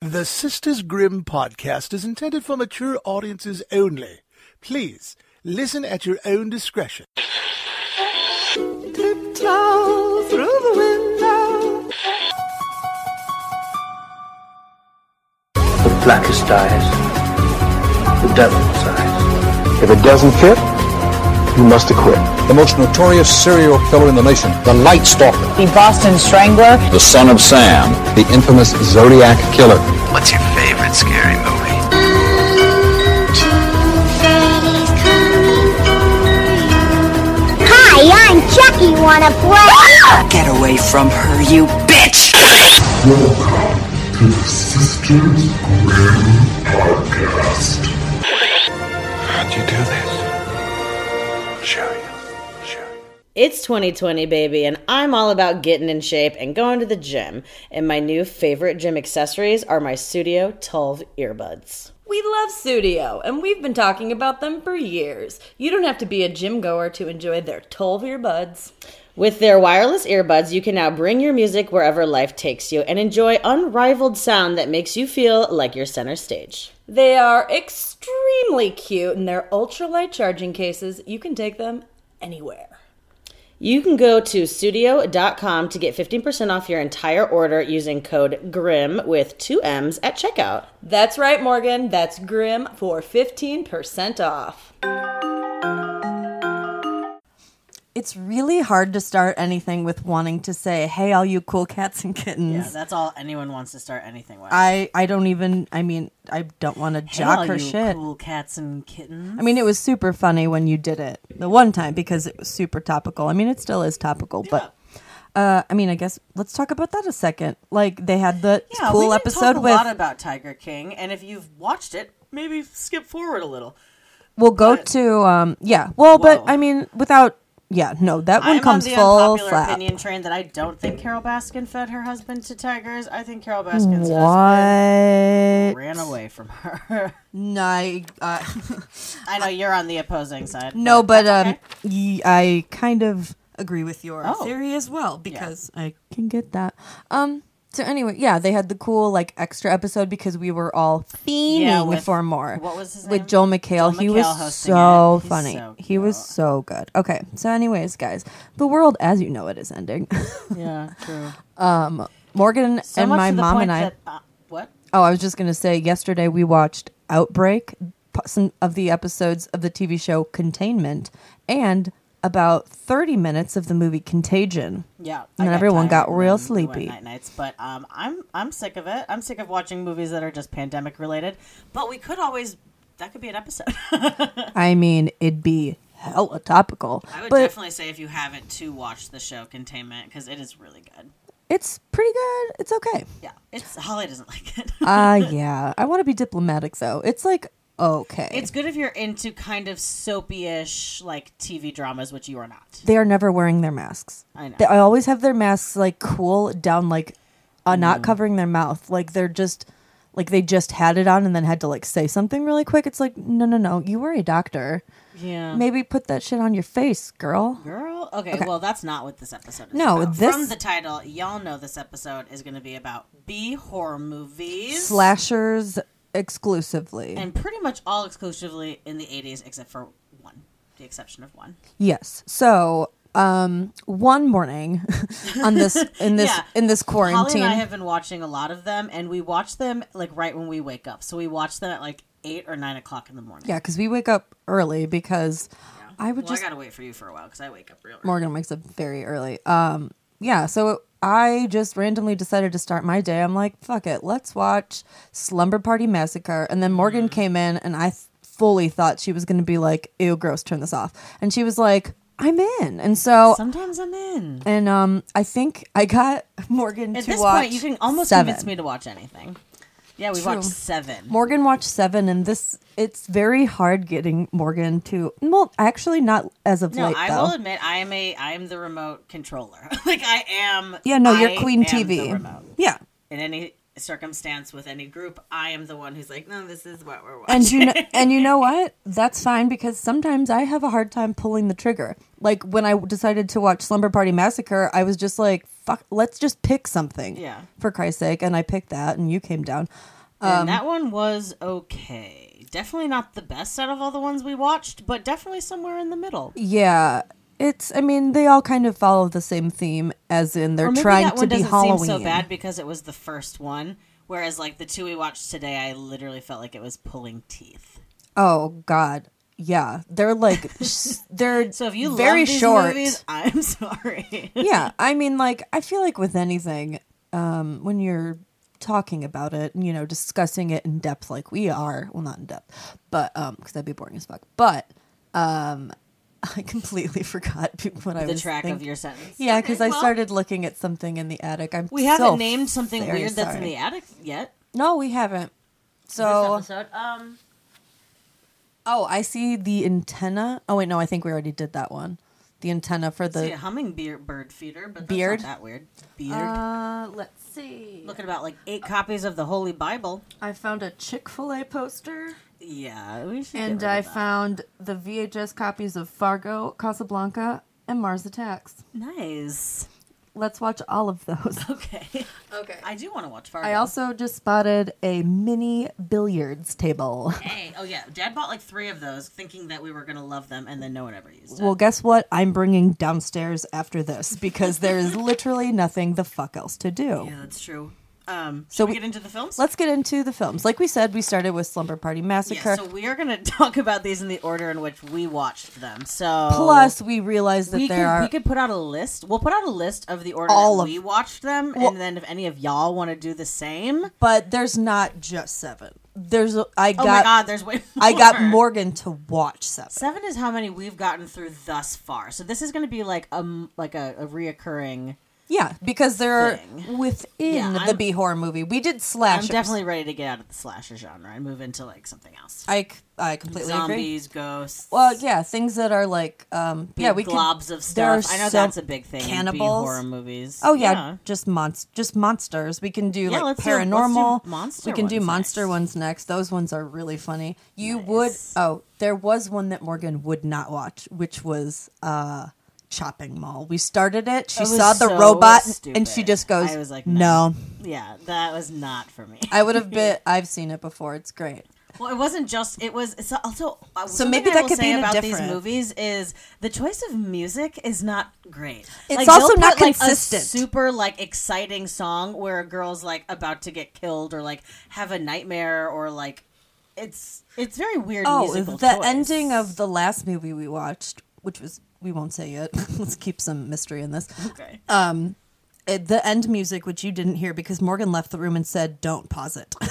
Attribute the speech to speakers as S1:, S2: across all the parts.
S1: The Sisters Grimm podcast is intended for mature audiences only. Please listen at your own discretion.
S2: Tiptoe through the window.
S3: The blackest eyes. The devil's eyes.
S4: If it doesn't fit, you must acquit.
S5: the most notorious serial killer in the nation, the Light Stalker,
S6: the Boston Strangler.
S5: the Son of Sam, the infamous Zodiac Killer.
S7: What's your favorite scary movie?
S8: Hi, I'm Chucky. Wanna play?
S2: Get away from her, you bitch!
S9: Welcome to the Sisters Grimm Podcast.
S3: How'd you do this? Show you. Show you.
S10: It's 2020, baby, and I'm all about getting in shape and going to the gym. And my new favorite gym accessories are my Studio 12 earbuds.
S11: We love Studio, and we've been talking about them for years. You don't have to be a gym goer to enjoy their 12 ear buds.
S10: With their wireless earbuds, you can now bring your music wherever life takes you and enjoy unrivaled sound that makes you feel like you're center stage.
S11: They are extremely cute, and they're ultralight charging cases. You can take them anywhere.
S10: You can go to studio.com to get 15% off your entire order using code GRIM with two M's at checkout.
S11: That's right, Morgan. That's Grim for 15% off. It's really hard to start anything with wanting to say, hey, all you cool cats and kittens.
S10: that's all anyone wants to start anything with.
S11: I I don't even. I mean, I don't want to jock her shit.
S10: cats and kittens.
S11: I mean, it was super funny when you did it the one time because it was super topical. I mean, it still is topical, but. Uh, I mean, I guess let's talk about that a second. Like they had the
S6: Yeah,
S11: cool
S6: we didn't
S11: episode
S6: talk a
S11: with.
S6: lot about Tiger King, and if you've watched it, maybe skip forward a little.
S11: we'll go to um, yeah. Well, but
S6: Whoa.
S11: I mean, without yeah, no, that one
S6: I'm
S11: comes
S6: on the
S11: full
S6: unpopular
S11: slap.
S6: opinion train that I don't think Carol Baskin fed her husband to tigers. I think Carol Baskin's husband
S11: What?
S6: ran away from her.
S11: No, I, uh,
S6: I know you're on the opposing side.
S11: no, but
S6: that's
S11: um,
S6: Oh, okay.
S11: y- I kind of agree with your
S6: Oh.
S11: theory as well because I can get that. Um. So anyway, yeah, they had the cool like extra episode because we were all fiending
S6: Yeah, with-
S11: for more.
S6: what was his name?
S11: With Joel McHale,
S6: Joel
S11: he
S6: McHale
S11: was
S6: hosting
S11: so
S6: it. He's
S11: funny.
S6: so
S11: he was
S6: cute.
S11: so good. Okay, so anyways, guys, the world as you know it is ending.
S6: yeah, true.
S11: Morgan
S6: So
S11: and
S6: much
S11: my
S6: to the
S11: mom
S6: point
S11: and I.
S6: that- uh, what?
S11: Oh, I was just going to say yesterday we watched Outbreak, p- some of the episodes of the TV show Containment, and about 30 minutes of the movie Contagion.
S6: Yeah, I
S11: And then everyone
S6: tired
S11: got
S6: and
S11: real
S6: then we went
S11: sleepy.
S6: Night nights, but um, I'm I'm sick of it. I'm sick of watching movies that are just pandemic related. But we could always that could be an episode.
S11: I mean, it'd be hella topical.
S6: I would
S11: but
S6: definitely say if you haven't to watch the show Containment because it is really good.
S11: it's pretty good. It's okay.
S6: Yeah, it's Holly doesn't like it.
S11: Uh, yeah. I want to be diplomatic, though. It's like, okay.
S6: it's good if you're into kind of soapy-ish like TV dramas, which you are not.
S11: they are never wearing their masks.
S6: I know.
S11: They I always have their masks like cool down, like uh, not
S6: Mm.
S11: covering their mouth. Like they're just like they just had it on and then had to like say something really quick. It's like no, no, no. You were a doctor.
S6: Yeah,
S11: Maybe put that shit on your face, girl.
S6: girl. Okay, well that's not what this episode is.
S11: No,
S6: about.
S11: this-
S6: from the title, y'all know this episode is going to be about B horror movies.
S11: Slashers exclusively.
S6: and pretty much all exclusively in the 80s except for one the exception of one
S11: yes. So um one morning on this in this
S6: Yeah.
S11: in this quarantine
S6: holly and i have been watching a lot of them and we watch them like right when we wake up so we watch them at like 8 or 9 o'clock in the morning
S11: yeah because we wake up early because i would
S6: well
S11: just
S6: i gotta wait for you for a while because i wake up real early.
S11: Morgan wakes up very early. Um, yeah, so I just randomly decided to start my day. I'm like, fuck it, let's watch Slumber Party Massacre. And then Morgan
S6: Mm-hmm.
S11: came in, and I th- fully thought she was going to be like, ew, gross, turn this off. And she was like, I'm in. And so,
S6: sometimes i'm in
S11: and um, I think I got Morgan
S6: at
S11: to
S6: this
S11: watch.
S6: point you can almost
S11: seven.
S6: convince me to watch anything yeah we
S11: True.
S6: watched seven
S11: Morgan watched seven, and this it's very hard getting Morgan to. Well, actually, not as of
S6: no
S11: late
S6: i
S11: though.
S6: will admit i am a i am the remote controller like i am
S11: yeah, no,
S6: I
S11: you're Queen
S6: am the
S11: TV.
S6: remote.
S11: Yeah,
S6: in any circumstance with any group, I am the one who's like, no, this is what we're watching.
S11: and you know, and you know what? That's fine because sometimes I have a hard time pulling the trigger. Like when I decided to watch Slumber Party Massacre, I was just like, fuck, let's just pick something.
S6: Yeah.
S11: For Christ's sake. And I picked that, and you came down. Um,
S6: and that one was okay. Definitely not the best out of all the ones we watched, but definitely somewhere in the middle.
S11: Yeah. It's, I mean, they all kind of follow the same theme, as in they're
S6: Or maybe
S11: trying
S6: that
S11: to
S6: one
S11: be
S6: doesn't
S11: Halloween.
S6: seem so bad because it was the first one. Whereas like the two we watched today, I literally felt like it was pulling teeth.
S11: Oh, God. Yeah. They're like, s- they're
S6: So if you
S11: very
S6: love these
S11: short.
S6: movies, I'm sorry.
S11: yeah i mean like i feel like with anything um when you're talking about it and you know discussing it in depth like we are well not in depth but um because that'd be boring as fuck but um i completely forgot what i
S6: the
S11: was
S6: track
S11: think-
S6: of your sentence.
S11: yeah because
S6: Okay,
S11: i
S6: well,
S11: started looking at something in the attic i'm
S6: We haven't
S11: so
S6: named something
S11: very
S6: weird that's in
S11: sorry.
S6: the attic yet.
S11: no we haven't so
S6: episode. Um,
S11: oh i see the antenna oh wait no i think we already did that one the antenna for
S6: see a
S11: the
S6: hummingbird bird feeder, but that's
S11: Uh, Beard?
S6: not that weird. Beard.
S11: uh let's see
S6: Look at about like eight copies of the Holy Bible.
S11: i found a chick-fil-a poster
S6: Yeah, we should.
S11: And
S6: get rid
S11: I
S6: of that.
S11: found the VHS copies of Fargo, Casablanca, and Mars Attacks.
S6: nice.
S11: Let's watch all of those.
S6: Okay.
S11: Okay.
S6: I do want to watch Fargo.
S11: Uh, I also just spotted a mini billiards table.
S6: Hey, oh yeah, Dad bought like three of those, thinking that we were gonna love them, and then no one ever used it.
S11: Well, guess what? I'm bringing downstairs after this because there is literally nothing the fuck else to do.
S6: Yeah, that's true. Um,
S11: So
S6: so we,
S11: we-
S6: get into the films.
S11: Let's get into the films. Like we said, we started with Slumber Party Massacre.
S6: Yeah, so we are gonna talk about these in the order in which we watched them. So
S11: Plus, we realized that
S6: we
S11: there
S6: could,
S11: are
S6: we could put out a list. We'll put out a list of the order
S11: All
S6: that
S11: of-
S6: we watched them,
S11: Well-
S6: and then if any of y'all want to do the same.
S11: but there's not just seven. There's a- I
S6: Oh
S11: got
S6: my God, there's way. More.
S11: I got Morgan to watch seven.
S6: Seven is how many we've gotten through thus far. So this is going to be like um like a, a reoccurring.
S11: Yeah, because they're
S6: thing.
S11: within
S6: Yeah,
S11: the
S6: I'm-
S11: B horror movie. We did
S6: I'm
S11: slashers.
S6: definitely ready to get out of the slasher genre and move into like something else.
S11: I, c- I completely agree.
S6: Zombies, ghosts.
S11: Well, yeah, things that are like, um, yeah, we could-
S6: globs of
S11: there are
S6: stuff. I know
S11: some-
S6: that's a big thing.
S11: Cannibals.
S6: in B horror movies.
S11: Oh yeah,
S6: yeah.
S11: just monst, just monsters. We can do
S6: Yeah,
S11: like
S6: let's do- let's do
S11: paranormal.
S6: monster
S11: we can do
S6: ones
S11: monster
S6: next.
S11: ones next. Those ones are really funny. You would. Oh, there was one that Morgan would not watch, which was uh, Chopping Mall. We started it. She
S6: It was
S11: saw the
S6: so
S11: robot, and
S6: stupid.
S11: she just goes,
S6: I was like,
S11: "No."
S6: no. Yeah, that was not for me.
S11: I would have been. I've seen it before. It's great.
S6: Well, it wasn't just. It was it's also. Uh,
S11: So
S6: something
S11: maybe
S6: I
S11: that
S6: will
S11: could be
S6: say
S11: in a
S6: about
S11: different-
S6: these movies is the choice of music is not great.
S11: It's
S6: they'll
S11: also not
S6: like, a
S11: consistent.
S6: super like exciting song where a girl's like about to get killed or like have a nightmare or like it's it's very weird.
S11: Oh,
S6: musical
S11: the
S6: choice.
S11: ending of the last movie we watched, which was we won't say it. Let's keep some mystery in this.
S6: Okay.
S11: It, the end music, which you didn't hear because Morgan left the room and said, "Don't pause it."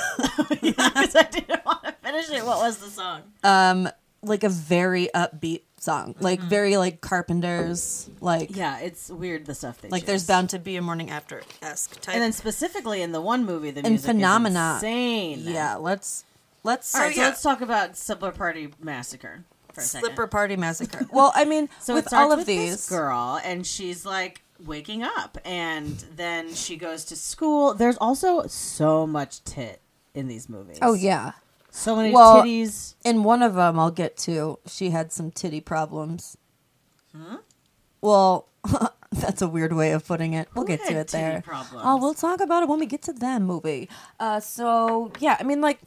S6: Because I didn't want to finish it. What was the song?
S11: like a very upbeat song, like very like Carpenters, like
S6: Mm-hmm. Yeah, it's weird the stuff they
S11: like there's bound to be a morning after esque type.
S6: and then specifically in the one movie the
S11: And
S6: music
S11: Phenomena.
S6: is insane.
S11: yeah, let's let's
S6: All right, so
S11: yeah,
S6: let's talk about Slipper Party Massacre for a second.
S11: Slipper Party Massacre. well, I mean,
S6: So it
S11: with
S6: starts
S11: all of
S6: with
S11: these,
S6: this girl, and she's like waking up, and then she goes to school. There's also so much tit in these movies.
S11: oh yeah,
S6: so many
S11: Well-
S6: titties.
S11: In one of them, I'll get to, she had some titty problems. Well, that's a weird way of putting it. We'll
S6: Who
S11: get to
S6: had
S11: it
S6: titty
S11: there.
S6: problems?
S11: Oh, we'll talk about it when we get to that movie. Uh, so yeah, I mean, like,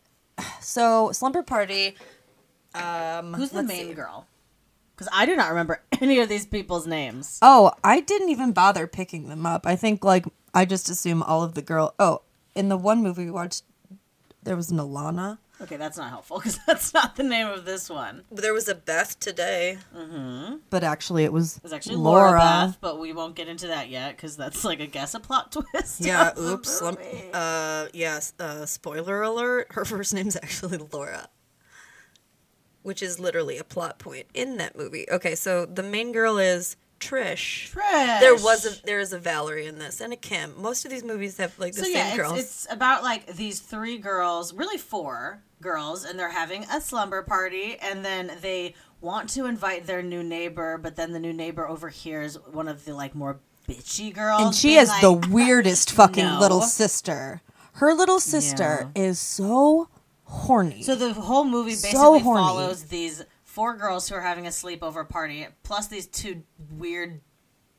S11: so slumber party. um,
S6: Who's the
S11: let's
S6: main
S11: see.
S6: girl? Because I do not remember any of these people's names.
S11: Oh, I didn't even bother picking them up. I think like I just assume all of the girl. Oh, in the one movie we watched, there was an Alana.
S6: Okay, that's not helpful because that's not the name of this one. It
S11: There was a Beth today. Mm-hmm. But actually, it was,
S6: was actually Laura, Beth, but we won't get into that yet because that's like a guess a plot twist.
S11: Yeah,
S6: of the
S11: oops. Slump,
S6: movie.
S11: uh, yes, uh, spoiler alert. Her first name's actually Laura, which is literally a plot point in that movie. Okay, so the main girl is Trish.
S6: Trish.
S11: There was a there is a Valerie in this and a Kim. Most of these movies have like the
S6: so
S11: same
S6: yeah, it's,
S11: girls.
S6: it's about like these three girls, really four girls, and they're having a slumber party, and then they want to invite their new neighbor, but then the new neighbor overhears one of the like more bitchy girls,
S11: and she
S6: being
S11: is
S6: like,
S11: the weirdest fucking
S6: no.
S11: little sister. Her little sister is so horny.
S6: So the whole movie basically
S11: So horny.
S6: follows these four girls who are having a sleepover party, plus these two weird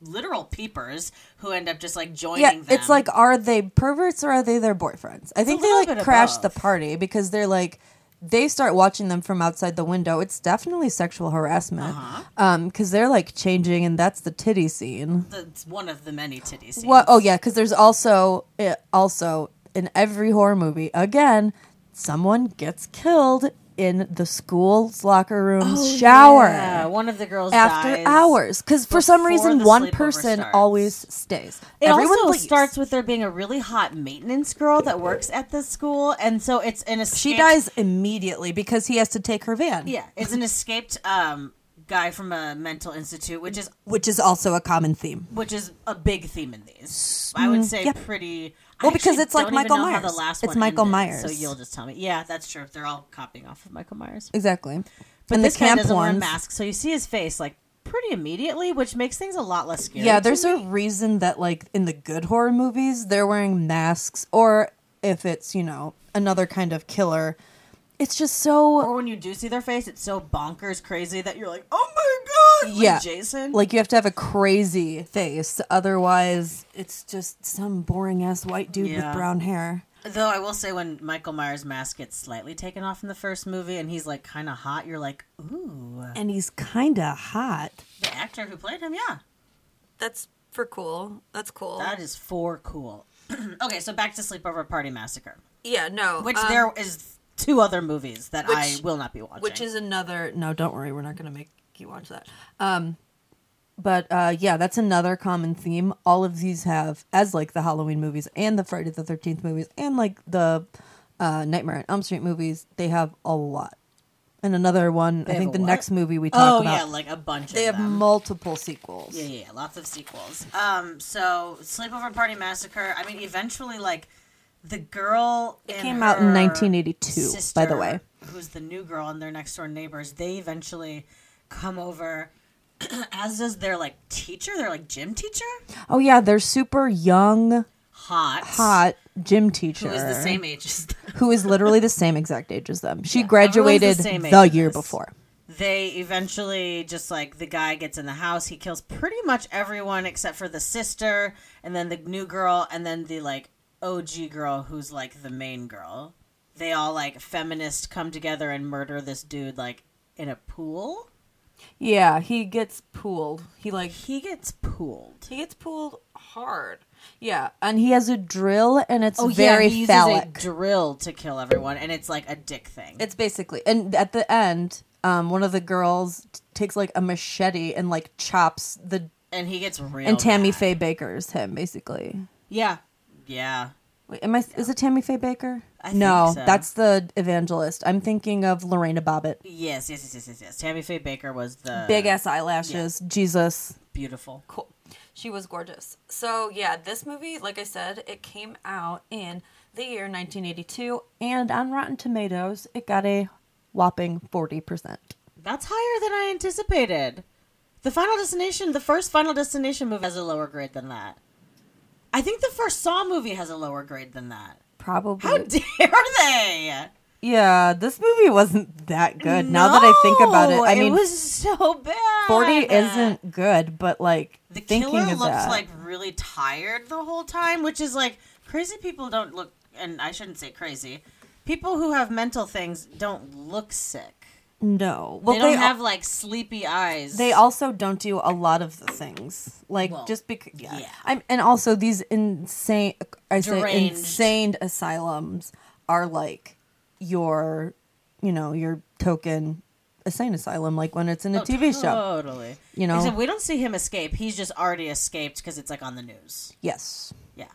S6: literal peepers who end up just like joining
S11: Yeah,
S6: them.
S11: it's like are they perverts or are they their boyfriends? I think they
S6: little bit
S11: like
S6: of
S11: crash the
S6: both.
S11: party because they're like they start watching them from outside the window. It's definitely sexual harassment because
S6: Uh-huh.
S11: they're like changing, and that's the titty scene.
S6: That's one of the many titty scenes.
S11: Well, oh yeah, because there's also it, also in every horror movie again, someone gets killed in the school's locker room's shower
S6: Oh, Yeah, Uh, one of the girls
S11: after
S6: dies.
S11: hours because for some
S6: before
S11: reason
S6: the
S11: one
S6: sleepover
S11: person
S6: starts.
S11: always stays.
S6: It
S11: Everyone
S6: also
S11: leaves.
S6: starts with there being a really hot maintenance girl that works at this school, and so it's an escaped.
S11: She dies immediately because he has to take her van.
S6: Yeah, it's an escaped um, guy from a mental institute, which is
S11: Which is also a common theme.
S6: which is a big theme in these. I would say
S11: yeah.
S6: pretty.
S11: Mm, Well,
S6: I
S11: because
S6: actually
S11: it's like
S6: don't even
S11: Michael
S6: know how the
S11: Myers.
S6: last
S11: It's
S6: one
S11: Michael
S6: ended, So
S11: Myers.
S6: you'll just tell me. Yeah, that's true. They're all copying off of Michael Myers.
S11: Exactly.
S6: But
S11: and
S6: this
S11: the
S6: guy
S11: camp
S6: doesn't wear a
S11: ones.
S6: mask, so you see his face like pretty immediately, which makes things a lot less scary.
S11: Yeah,
S6: to
S11: there's a
S6: me.
S11: reason that like in the good horror movies they're wearing masks or if it's, you know, another kind of killer. It's just so
S6: or when you do see their face, it's so bonkers crazy that you're like, oh my god, like
S11: yeah,
S6: Jason.
S11: Like you have to have a crazy face, otherwise it's just some boring ass white dude
S6: Yeah.
S11: with brown hair.
S6: Though I will say, when Michael Myers' mask gets slightly taken off in the first movie, and he's like kind of hot, you're like, ooh,
S11: And he's kind of hot.
S6: the actor who played him, yeah,
S12: That's for cool. That's cool.
S6: that is for cool. okay, so back to Sleepover Party Massacre,
S12: yeah, no.
S6: which
S12: um,
S6: there is two other movies that I
S12: which-
S6: will not be watching.
S12: which is
S11: another no don't worry we're not going to make you watch that um but uh yeah that's another common theme all of these have as like the halloween movies and the friday the 13th movies and like the uh nightmare on elm street movies they have a lot and another one i
S6: have
S11: think
S6: a
S11: the
S6: what?
S11: next movie we talk
S6: oh
S11: about
S6: yeah, like a bunch.
S11: they
S6: of
S11: have
S6: them.
S11: multiple sequels
S6: Yeah, yeah, yeah, lots of sequels. Um, so Sleepover Party Massacre. I mean, eventually, like the girl it
S11: came out in 1982, by the way.
S6: who's the new girl and their next door neighbors. They eventually come over, as does their like teacher, their like gym teacher,
S11: oh yeah they're super young
S6: hot,
S11: hot gym teacher
S6: who is the same age as them.
S11: who is literally the same exact age as them she
S6: everyone's the
S11: graduated
S6: same age
S11: the
S6: as
S11: year
S6: us.
S11: before
S6: They eventually just like the guy gets in the house. He kills pretty much everyone except for the sister, and then the new girl, and then the like OG girl who's like the main girl. They all like feminists come together and murder this dude like in a pool.
S11: Yeah, he gets pooled. He like
S6: He gets pooled.
S11: he gets pooled hard. Yeah, and he has a drill, and it's
S6: Oh
S11: very
S6: yeah, he uses
S11: phallic.
S6: a drill to kill everyone, and it's like a dick thing.
S11: it's basically, and at the end, um, one of the girls t- takes like a machete and like chops the
S6: and he gets real.
S11: and Tammy
S6: mad.
S11: Faye Baker's him basically.
S6: Yeah, yeah.
S11: Wait, am I? Is it Tammy Faye Baker?
S6: I
S11: no,
S6: think so.
S11: that's the evangelist. I'm thinking of Lorena Bobbitt.
S6: Yes, yes, yes, yes, yes, yes. Tammy Faye Baker was the
S11: Big ass eyelashes. Jesus.
S6: beautiful.
S12: cool. She was gorgeous. So, yeah, this movie, like I said, it came out in the year 1982.
S11: And on Rotten Tomatoes, it got a whopping forty percent.
S6: That's higher than I anticipated. The Final Destination, the first Final Destination movie has a lower grade than that. I think the first Saw movie has a lower grade than that.
S11: Probably.
S6: How dare they?
S11: Yeah, this movie wasn't that good. Now that I think about it,
S6: No,
S11: I mean,
S6: it was so bad.
S11: forty isn't good, but like
S6: The
S11: thinking
S6: killer
S11: of
S6: looks
S11: that,
S6: like really tired the whole time, which is like crazy people don't look. And I shouldn't say crazy. People who have mental things don't look sick.
S11: no, well
S6: they
S11: they
S6: don't
S11: al-
S6: have like sleepy eyes.
S11: they also don't do a lot of the things like
S6: Well,
S11: just because yeah.
S6: yeah.
S11: I'm and also these insane I say
S6: Deranged.
S11: insane asylums are like your you know your token insane asylum like when it's in a
S6: Oh,
S11: TV show
S6: Totally.
S11: You know?
S6: Except we don't see him escape. He's just already escaped because it's like on the news.
S11: yes
S6: Yeah.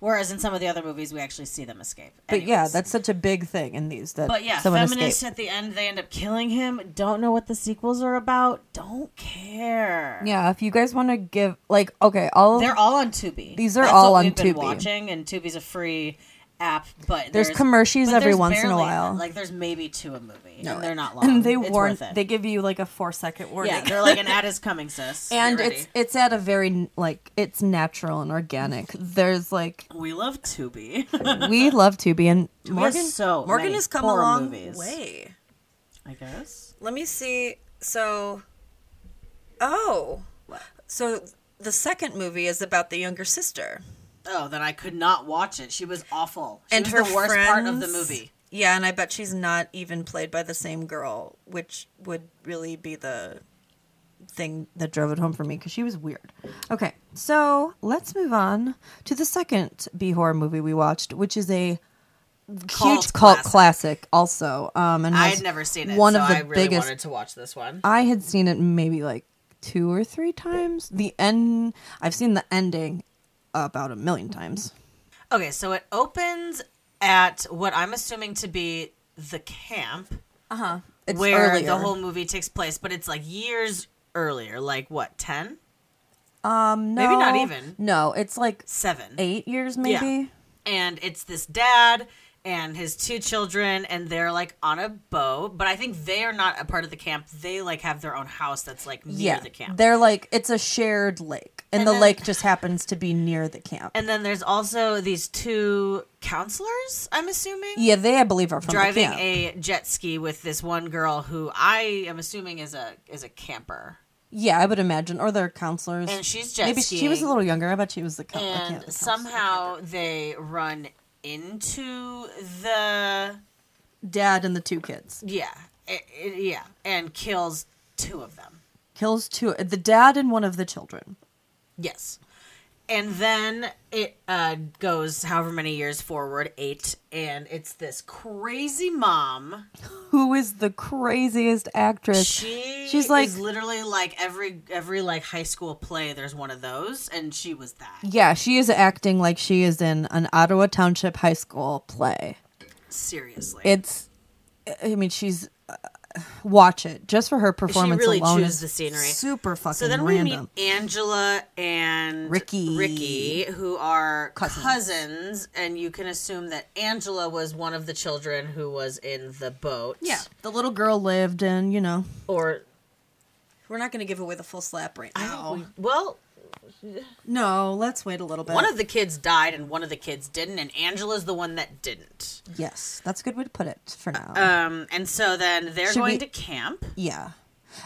S6: Whereas in some of the other movies, we actually see them escape.
S11: but yeah
S6: Anyways.
S11: that's such a big thing in these that
S6: But yeah,
S11: someone
S6: feminists
S11: escaped.
S6: at the end, they end up killing him. Don't know what the sequels are about. Don't care.
S11: Yeah, if you guys want to give like okay, all of
S6: They're all on Tubi.
S11: These are
S6: That's
S11: all
S6: what
S11: on
S6: we've been
S11: Tubi.
S6: Watching and Tubi's a free app, but
S11: There's commercials
S6: but
S11: every
S6: there's
S11: once in a
S6: barely-
S11: while.
S6: Like there's maybe two a movie, and they're not long.
S11: and they
S6: It's
S11: warn
S6: worth it.
S11: they give you like a 4 second warning.
S6: yeah, they're like an ad is coming, sis. Get
S11: and
S6: ready.
S11: it's it's at a very like it's natural and organic. There's like
S6: we love Tubi.
S11: we love Tubi and
S6: has
S11: Morgan
S6: so
S12: Morgan
S6: many
S12: has come a
S6: horror
S12: long
S6: movies.
S12: way.
S6: I guess.
S12: Let me see. So, oh, so the second movie is about the younger sister.
S6: Oh, then I could not watch it. She was awful. She was the worst part of the
S12: friends-
S6: movie.
S12: Yeah, and I bet she's not even played by the same girl, which would really be the thing
S11: that drove it home for me because she was weird. Okay, so let's move on to the second B horror movie we watched, which is a
S6: Cult
S11: huge cult classic, also. Um, and
S6: I
S11: was
S6: had never seen it,
S11: One
S6: so
S11: of the
S6: I really
S11: biggest.
S6: wanted to watch this one.
S11: I had seen it maybe like two or three times. The end. I've seen the ending about a million times.
S6: Okay, so it opens at what I'm assuming to be the camp. Uh huh.
S11: It's
S6: Where
S11: earlier.
S6: the whole movie takes place, but it's like years earlier, like what, 10?
S11: Um, no,
S6: Maybe not even.
S11: No, it's like
S6: seven,
S11: eight years
S6: Yeah.
S11: maybe.
S6: And it's this dad and his two children, and they're like on a boat, but I think they are not a part of the camp. They like have their own house that's like near the camp.
S11: They're like it's a shared lake, and,
S6: And
S11: the
S6: then-
S11: lake just happens to be near the camp.
S6: And then there's also these two counselors, I'm assuming.
S11: Yeah, they I believe are from the
S6: driving
S11: camp.
S6: a jet ski with this one girl who I am assuming is a is a camper.
S11: yeah, I would imagine, or their counselors.
S6: And she's jet
S11: maybe she was a
S6: skiing.
S11: little younger. Oh, I bet she was the coun- the camp.
S6: and somehow they run into the
S11: Dad and the two kids
S6: yeah, i- i- yeah, and kills two of them.
S11: kills two. The dad and one of the children.
S6: Yes. And then it uh, goes however many years forward, eight, and it's this crazy mom.
S11: Who is the craziest actress?
S6: She
S11: she's like
S6: is literally like every every like high school play. There's one of those, and she was that.
S11: yeah, she is acting like she is in an Ottawa Township High School play.
S6: Seriously,
S11: It's, I mean, she's. Uh, watch it just for her
S6: she
S11: performance
S6: really
S11: alone.
S6: chews
S11: is
S6: the scenery.
S11: Super fucking
S6: So then
S11: random.
S6: we meet Angela and
S11: Ricky.
S6: Ricky, who are cousins. and you can assume that Angela was one of the children who was in the boat.
S11: Yeah, the little girl lived, and you know,
S6: or
S12: We're not going to give away the full slap right now.
S6: well,
S11: no, let's wait a little bit.
S6: one of the kids died and one of the kids didn't, and Angela's the one that didn't.
S11: yes, that's a good way to put it for now.
S6: Um, and so then they're
S11: Should
S6: going
S11: we-
S6: to camp.
S11: yeah,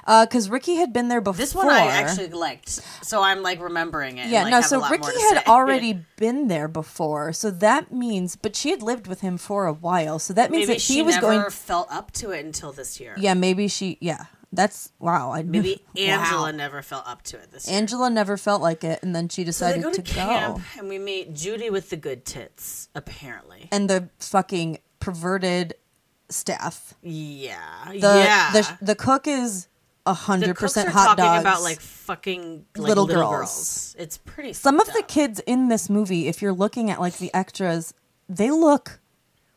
S11: because Ricky had been there before.
S6: This one I actually liked, so I'm like remembering it. and,
S11: yeah,
S6: like,
S11: no.
S6: have a
S11: So
S6: lot more
S11: Ricky
S6: to say.
S11: had already been there before, so that means, but she had lived with him for a while, so that means
S6: Maybe
S11: that
S6: she,
S11: he was
S6: never
S11: going.
S6: felt up to it until this year.
S11: Yeah, maybe she. Yeah, that's wow. I
S6: Maybe Angela
S11: Wow.
S6: never felt up to it this year.
S11: Angela never felt like it, and then she
S6: So they
S11: decided
S6: go to,
S11: to,
S6: camp,
S11: go.
S6: and we meet Judy with the good tits. Apparently,
S11: And the fucking perverted staff.
S6: yeah,
S11: The
S6: yeah.
S11: the the cook is a
S6: the
S11: hundred
S6: cooks
S11: percent
S6: are
S11: hot
S6: talking
S11: dogs.
S6: about like fucking like,
S11: Little
S6: little,
S11: girls.
S6: girls. It's pretty.
S11: Some of
S6: fucked
S11: the
S6: up.
S11: kids in this movie, if you're looking at like the extras, they look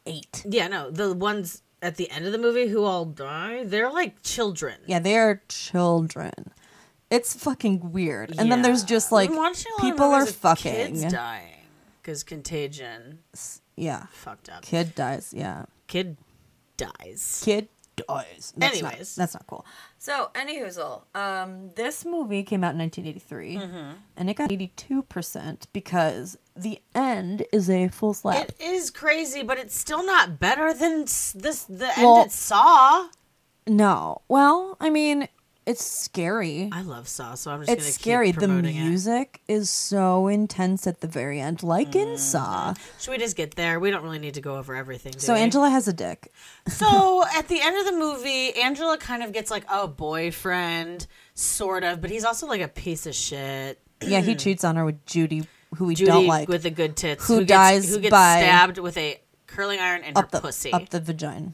S11: eight.
S6: yeah, no, the ones at the end of the movie who all die, they're like children.
S11: Yeah, they are children. It's fucking weird. And then there's just like
S6: I'm watching a lot of
S11: people are
S6: movies with
S11: fucking.
S6: kids dying because contagion
S11: Yeah,
S6: fucked up.
S11: kid dies. Yeah,
S6: Kid dies.
S11: kid dies. That's not-
S6: Anyways.
S11: that's not cool.
S12: So, anywhoozle, um,
S11: This movie came out in 1983,
S6: Mm-hmm.
S11: and it got 82 percent because the end is a full slap.
S6: It is crazy, but it's still not better than s- this the
S11: Well-
S6: end at Saw.
S11: no, well, I mean, it's scary.
S6: I love Saw, so I'm just
S11: it's
S6: gonna
S11: scary.
S6: Keep
S11: The
S6: promoting it.
S11: music is so intense at the very end, like
S6: Mm-hmm.
S11: in Saw.
S6: Should we just get there? We don't really need to go over everything. do
S11: So
S6: we?
S11: Angela has a dick.
S6: So at the end of the movie, Angela kind of gets like a boyfriend, sort of, but he's also like a piece of shit.
S11: Yeah, he cheats on her with Judy, who we
S6: Judy
S11: don't like,
S6: with the good tits,
S11: who
S6: gets-
S11: dies
S6: who gets
S11: by-
S6: stabbed with a curling iron in her
S11: up the
S6: pussy.
S11: up the vagina.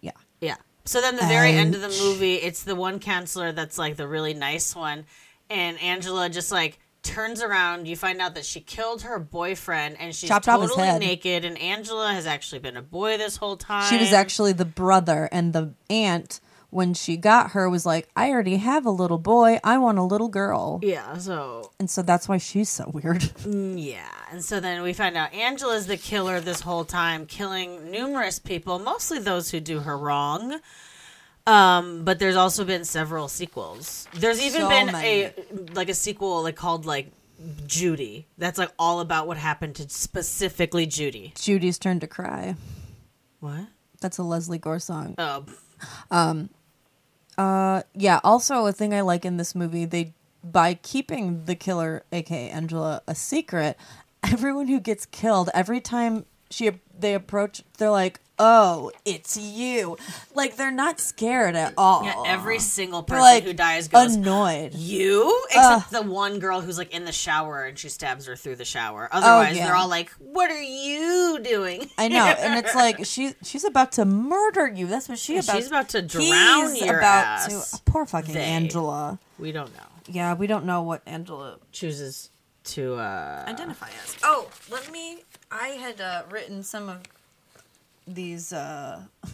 S11: Yeah,
S6: Yeah. So then the very end of the movie, it's the one counselor that's like the really nice one. And Angela just like turns around. You find out that she killed her boyfriend and she's
S11: Chopped off his
S6: totally
S11: head.
S6: naked. And Angela has actually been a boy this whole time.
S11: she was actually the brother, and the aunt when she got her was like, "I already have a little boy. I want a little girl,"
S6: Yeah. So,
S11: and so that's why she's so weird.
S6: yeah. And so then we find out Angela's the killer this whole time, killing numerous people, mostly those who do her wrong. Um, but there's also been several sequels. There's even
S11: So
S6: been
S11: many.
S6: a like a sequel like called like Judy. That's like all about what happened to specifically Judy.
S11: Judy's turn to cry.
S6: What?
S11: That's a Leslie Gore song.
S6: Oh,
S11: Uh, yeah. Also, a thing I like in this movie, they by keeping the killer, aka Angela, a secret, everyone who gets killed, every time she they approach, they're like, "Oh, it's you!" Like they're not scared at all.
S6: Yeah, every single
S11: They're,
S6: person
S11: like,
S6: who dies goes
S11: annoyed.
S6: You,
S11: Ugh.
S6: except the one girl who's like in the shower and she stabs her through the shower. Otherwise,
S11: Oh, yeah.
S6: they're all like, "What are you doing?"
S11: I know, and it's like she she's about to murder you. That's what she
S6: Yeah,
S11: about.
S6: she's about to drown
S11: He's
S6: your
S11: about
S6: ass.
S11: To, Oh, poor fucking
S6: They.
S11: Angela.
S6: we don't know.
S11: Yeah, we don't know what Angela.
S6: Chooses to uh
S12: identify as. Oh, let me. I had uh, written some of
S11: these uh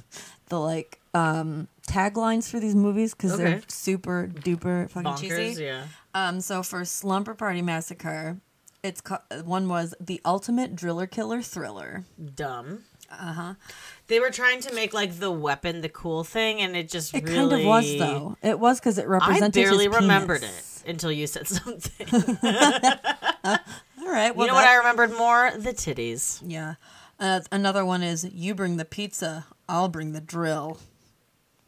S11: the like um taglines for these movies because they're
S12: Okay.
S11: super duper fucking
S12: Bonkers,
S11: cheesy.
S12: yeah.
S11: Um. So for Slumber Party Massacre, it's ca- one was the ultimate driller killer thriller.
S6: dumb. Uh
S11: Uh-huh.
S6: huh. They were trying to make like the weapon the cool thing, and it just
S11: It
S6: really...
S11: kind of was though. It was because it
S6: I
S11: represented.
S6: barely
S11: his
S6: remembered
S11: penis.
S6: it until you said something.
S11: All right. Well,
S6: you know
S11: that-
S6: what I remembered more? The titties.
S11: Yeah. Uh, another one is you bring the pizza, I'll bring the drill.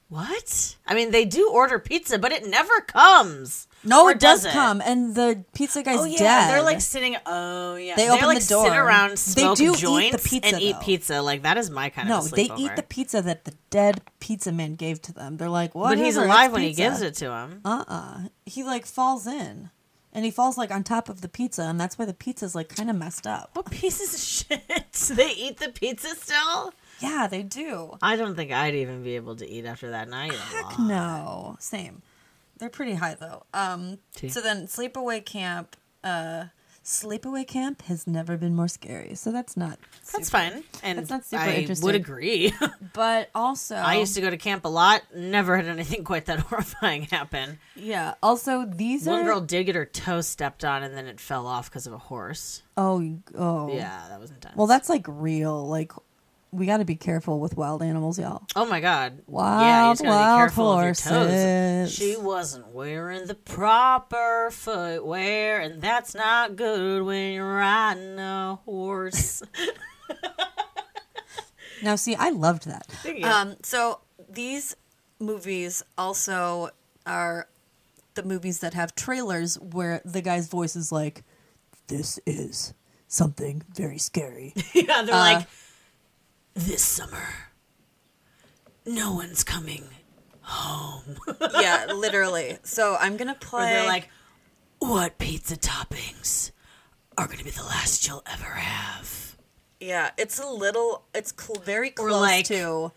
S6: What? I mean, they do order pizza, but it never comes.
S11: No,
S6: Or
S11: it does,
S6: it?
S11: come, and the pizza guy's
S6: Oh yeah,
S11: dead.
S6: they're like sitting. Oh yeah,
S11: They
S6: They're,
S11: open
S6: like
S11: the door.
S6: sit around,
S11: They
S6: smoke
S11: do eat the
S6: joints,
S11: pizza,
S6: and eat
S11: though.
S6: pizza. Like that is my kind
S11: no,
S6: of. a
S11: they eat
S6: sleepover.
S11: the pizza that the dead pizza man gave to them. They're like, what?
S6: But he's alive when he gives it to him.
S11: Uh uh He like falls in, and he falls like on top of the pizza, and that's why the pizza's like kind of messed up.
S6: What pieces of shit? they eat the pizza still?
S11: Yeah, they do.
S6: I don't think I'd even be able to eat after that night. Heck
S11: No, same. They're pretty high though. Um,
S6: Tea.
S11: so then sleepaway camp. Uh, sleepaway camp has never been more scary. So that's not.
S6: That's fine, and
S11: That's not super
S6: I
S11: interesting.
S6: would agree.
S11: But also,
S6: I used to go to camp a lot. Never had anything quite that horrifying happen.
S11: Yeah. Also, these
S6: One
S11: are.
S6: girl did get her toe stepped on, and then it fell off because of a horse.
S11: Oh, you- oh.
S6: Yeah, that was intense.
S11: Well, that's like real. Like, we got to be careful with wild animals, y'all.
S6: Oh my god! yeah, you
S11: Wild,
S6: just gotta
S11: wild
S6: be careful of your
S11: horses.
S6: toes. She wasn't wearing the proper footwear, and that's not good when you're riding a horse.
S11: Now, see, I loved that.
S12: Um, so these
S11: movies also are the movies that have trailers where the guy's voice is like, "This is something very scary."
S6: yeah, they're
S11: Uh,
S6: like, this summer, no one's coming home.
S12: yeah, literally. So I'm gonna
S6: Or
S12: play.
S6: they're like, what pizza toppings are going to be the last you'll ever have?
S12: yeah, it's a little, it's cl- very
S11: Or
S12: close
S11: like,
S12: to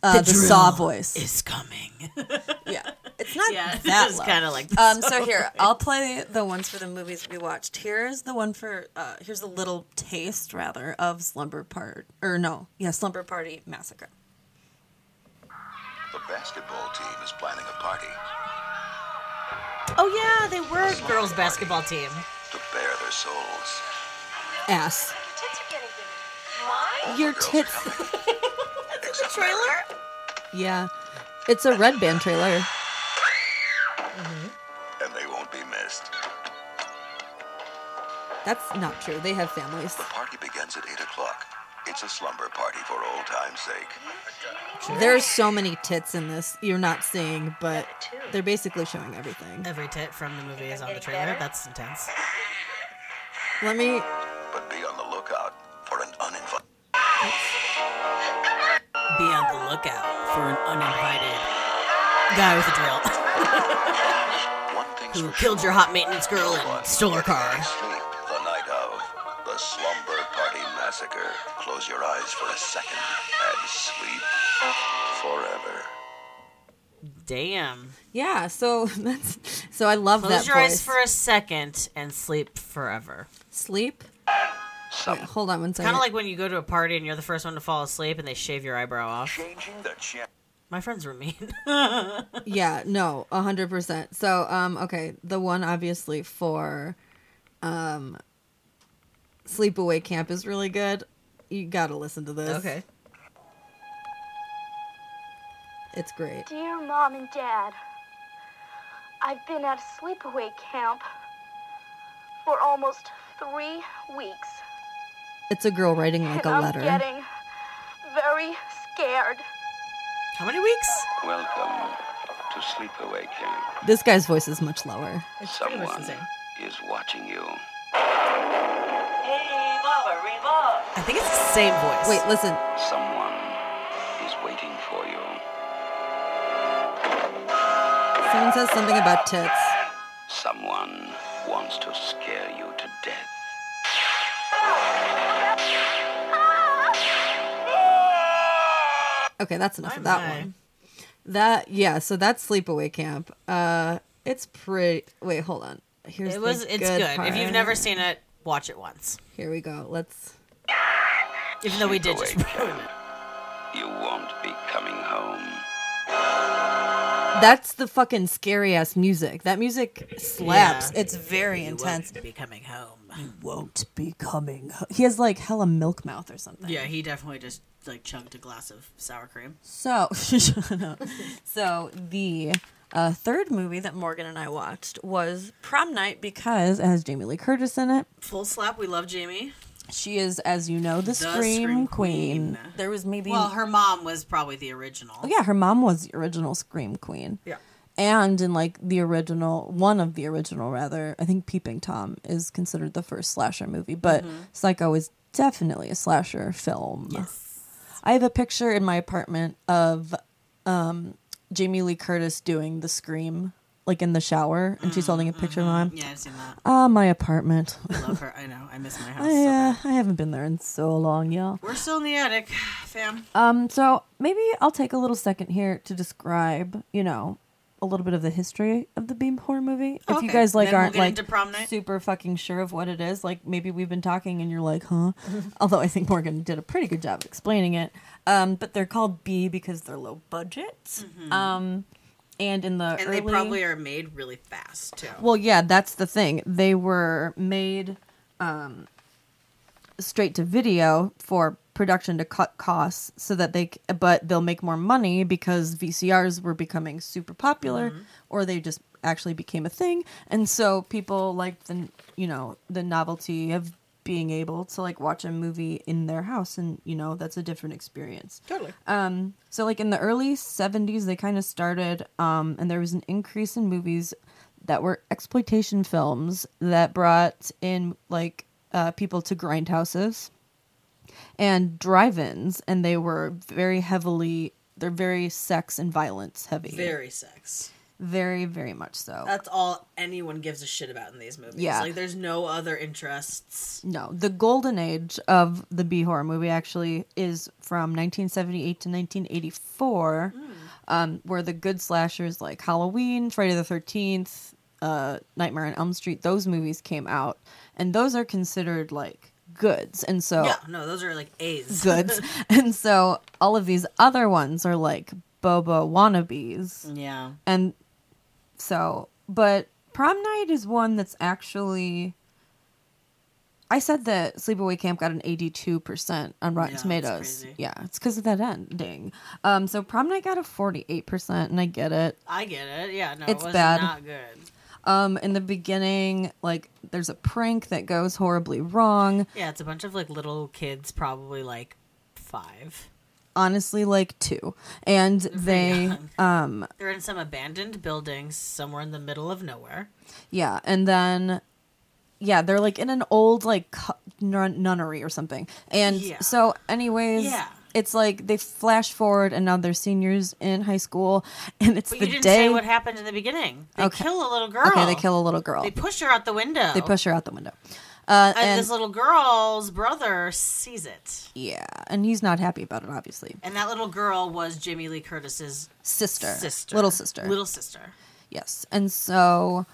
S11: uh, the,
S12: drill.
S11: saw voice
S6: is coming.
S12: Yeah, it's not
S6: Yeah, this
S12: that
S6: is
S12: low.
S6: kinda like the
S12: Um,
S6: saw
S12: so here,
S6: voice.
S12: I'll play the ones for the movies we watched. Here's the one for. Uh, here's a little taste rather of Slumber Part or no, yeah, Slumber Party Massacre.
S7: The basketball team is planning a party
S6: Oh, yeah, they were a girls' basketball team.
S7: to bare their souls.
S11: ass.
S7: All the
S11: Your
S7: girls
S11: tits.
S7: are coming,
S6: The
S7: except Mary.
S6: trailer?
S11: Yeah, it's a red band trailer.
S7: And they won't be missed.
S11: That's not true. They have families.
S7: The party begins at 8 o'clock. It's a slumber party for old time's sake.
S11: There's so many tits in this you're not seeing, but they're basically showing everything.
S6: Every tit from the movie is on the trailer. That's intense.
S11: Let me.
S7: But be on the lookout for an uninvited.
S6: Be on the lookout for an uninvited guy with a drill who killed your hot maintenance girl and stole her car.
S7: Sleep the night of the slumber party massacre. Close your eyes for a second and sleep forever.
S6: Damn.
S11: Yeah, so that's so I love
S6: Close
S11: that
S6: your
S11: voice.
S6: eyes for a second and sleep forever.
S11: Sleep. Wait, hold on one second.
S6: Kind of like when you go to a party and you're the first one to fall asleep and they shave your eyebrow off.
S7: Changing the channel.
S6: My friends were mean.
S11: yeah, no, a hundred percent. So, um, okay, the one obviously for, um, sleepaway camp is really good. You gotta listen to this.
S8: Okay.
S11: it's great.
S8: Dear Mom and Dad, I've been at a sleepaway camp for almost three weeks.
S11: It's a girl writing like a
S8: and
S11: letter.
S8: I'm getting very scared.
S6: How many weeks?
S7: Welcome to sleepaway camp.
S11: This guy's voice is much lower.
S7: Someone is watching you.
S11: I
S12: think it's the same voice.
S11: Wait, listen.
S7: Someone is waiting for you.
S11: Someone says something about tits.
S7: Someone wants to scare you to death.
S11: Okay, that's enough of
S12: My,
S11: that
S12: my.
S11: one. That yeah, so that's sleepaway camp. Uh it's pretty wait, hold on. Here's
S6: it was
S11: the
S6: it's good. If you've
S11: part.
S6: never seen it, watch it once.
S11: Here we go. Let's
S6: Even though we did just
S7: Sleepaway camp. You won't be coming home.
S11: That's the fucking scary ass music. That music slaps.
S12: Yeah.
S11: It's very
S12: You
S11: intense.
S6: be coming home. You
S11: won't be coming. He has like hella milk mouth or something.
S6: Yeah, he definitely just like chugged a glass of sour cream.
S11: So shut up.
S12: So the uh, third movie that Morgan and I watched was Prom Night because
S11: Because it has Jamie Lee Curtis in it.
S6: Full slap. We love Jamie.
S11: She is, as you know, the, scream, queen. There was maybe
S6: Well, her mom was probably the original.
S11: Oh, yeah, her mom was the original Scream Queen.
S6: Yeah.
S11: And in like the original, one of the original rather, I think Peeping Tom is considered the first slasher movie, but
S12: Mhm.
S11: Psycho is definitely a slasher film. Yes. I have a picture in my apartment of um, Jamie Lee Curtis doing the scream, like in the shower, and she's holding a picture of mom.
S6: Yeah, I've seen that.
S11: Ah, my apartment.
S6: I love her. I know. I miss my house. so
S11: I, uh, I haven't been there in so long, y'all.
S6: We're still in the attic, fam.
S11: Um, so maybe I'll take a little second here to describe, you know, a little bit of the history of the Beam horror movie. If
S6: Okay,
S11: you guys like
S6: then we'll
S11: aren't
S6: get
S11: like
S6: into prom night.
S11: super fucking sure of what it is, like maybe we've been talking and you're like, huh? Although I think Morgan did a pretty good job explaining it. Um, but they're called B because they're low budget. Um, and in the
S6: Mm-hmm. And
S11: early...
S6: they probably are made really fast too.
S11: Well, yeah, that's the thing. They were made um, straight to video for production to cut costs so that they, c- but they'll make more money because VCRs were becoming super popular
S12: Mhm.
S11: or they just actually became a thing. And so people liked the, you know, the novelty of being able to like watch a movie in their house and you know that's a different experience
S12: Totally.
S11: um so like in the early 70s they kind of started um and there was an increase in movies that were exploitation films that brought in like uh, people to grindhouses and drive-ins and they were very heavily they're very sex and violence heavy
S6: Very sex.
S11: very very much so
S6: That's all anyone gives a shit about in these movies.
S11: Yeah.
S6: Like there's no other interests.
S11: No, the golden age of the B horror movie actually is from 1978 to 1984, um, where the good slashers like Halloween, Friday the 13th, uh, Nightmare on Elm Street, those movies came out, and those are considered like goods, and so
S6: yeah, no, those are like A's.
S11: goods, and so all of these other ones are like Bobo wannabes,
S6: yeah.
S11: and so, but prom night is one that's actually. I said that Sleepaway Camp got an 82% on Rotten Tomatoes. Yeah, it's because of that ending. Um, so prom night got a 48%, and I get it.
S6: I get it. Yeah, no,
S11: It's
S6: it was
S11: bad.
S6: not good.
S11: Um, in the beginning, like, there's a prank that goes horribly wrong.
S6: Yeah, it's a bunch of like little kids, probably like five.
S11: Honestly, like, two. And they, um,
S6: They're in some abandoned buildings somewhere in the middle of nowhere.
S11: Yeah, and then yeah, they're like in an old like cu- nun- nunnery or something. And
S6: Yeah.
S11: so anyways,
S6: Yeah.
S11: it's like they flash forward and now they're seniors in high school and it's
S6: But
S11: the
S6: you didn't
S11: day
S6: say what happened in the beginning. They
S11: Okay.
S6: kill a little girl.
S11: Okay, they kill a little girl.
S6: They push her out the window.
S11: They push her out the window. Uh,
S6: and,
S11: and
S6: this little girl's brother sees it.
S11: yeah, and he's not happy about it obviously.
S6: And that little girl was Jamie Lee Curtis's
S11: Sister.
S6: sister,
S11: Little sister.
S6: little sister.
S11: Yes. And so,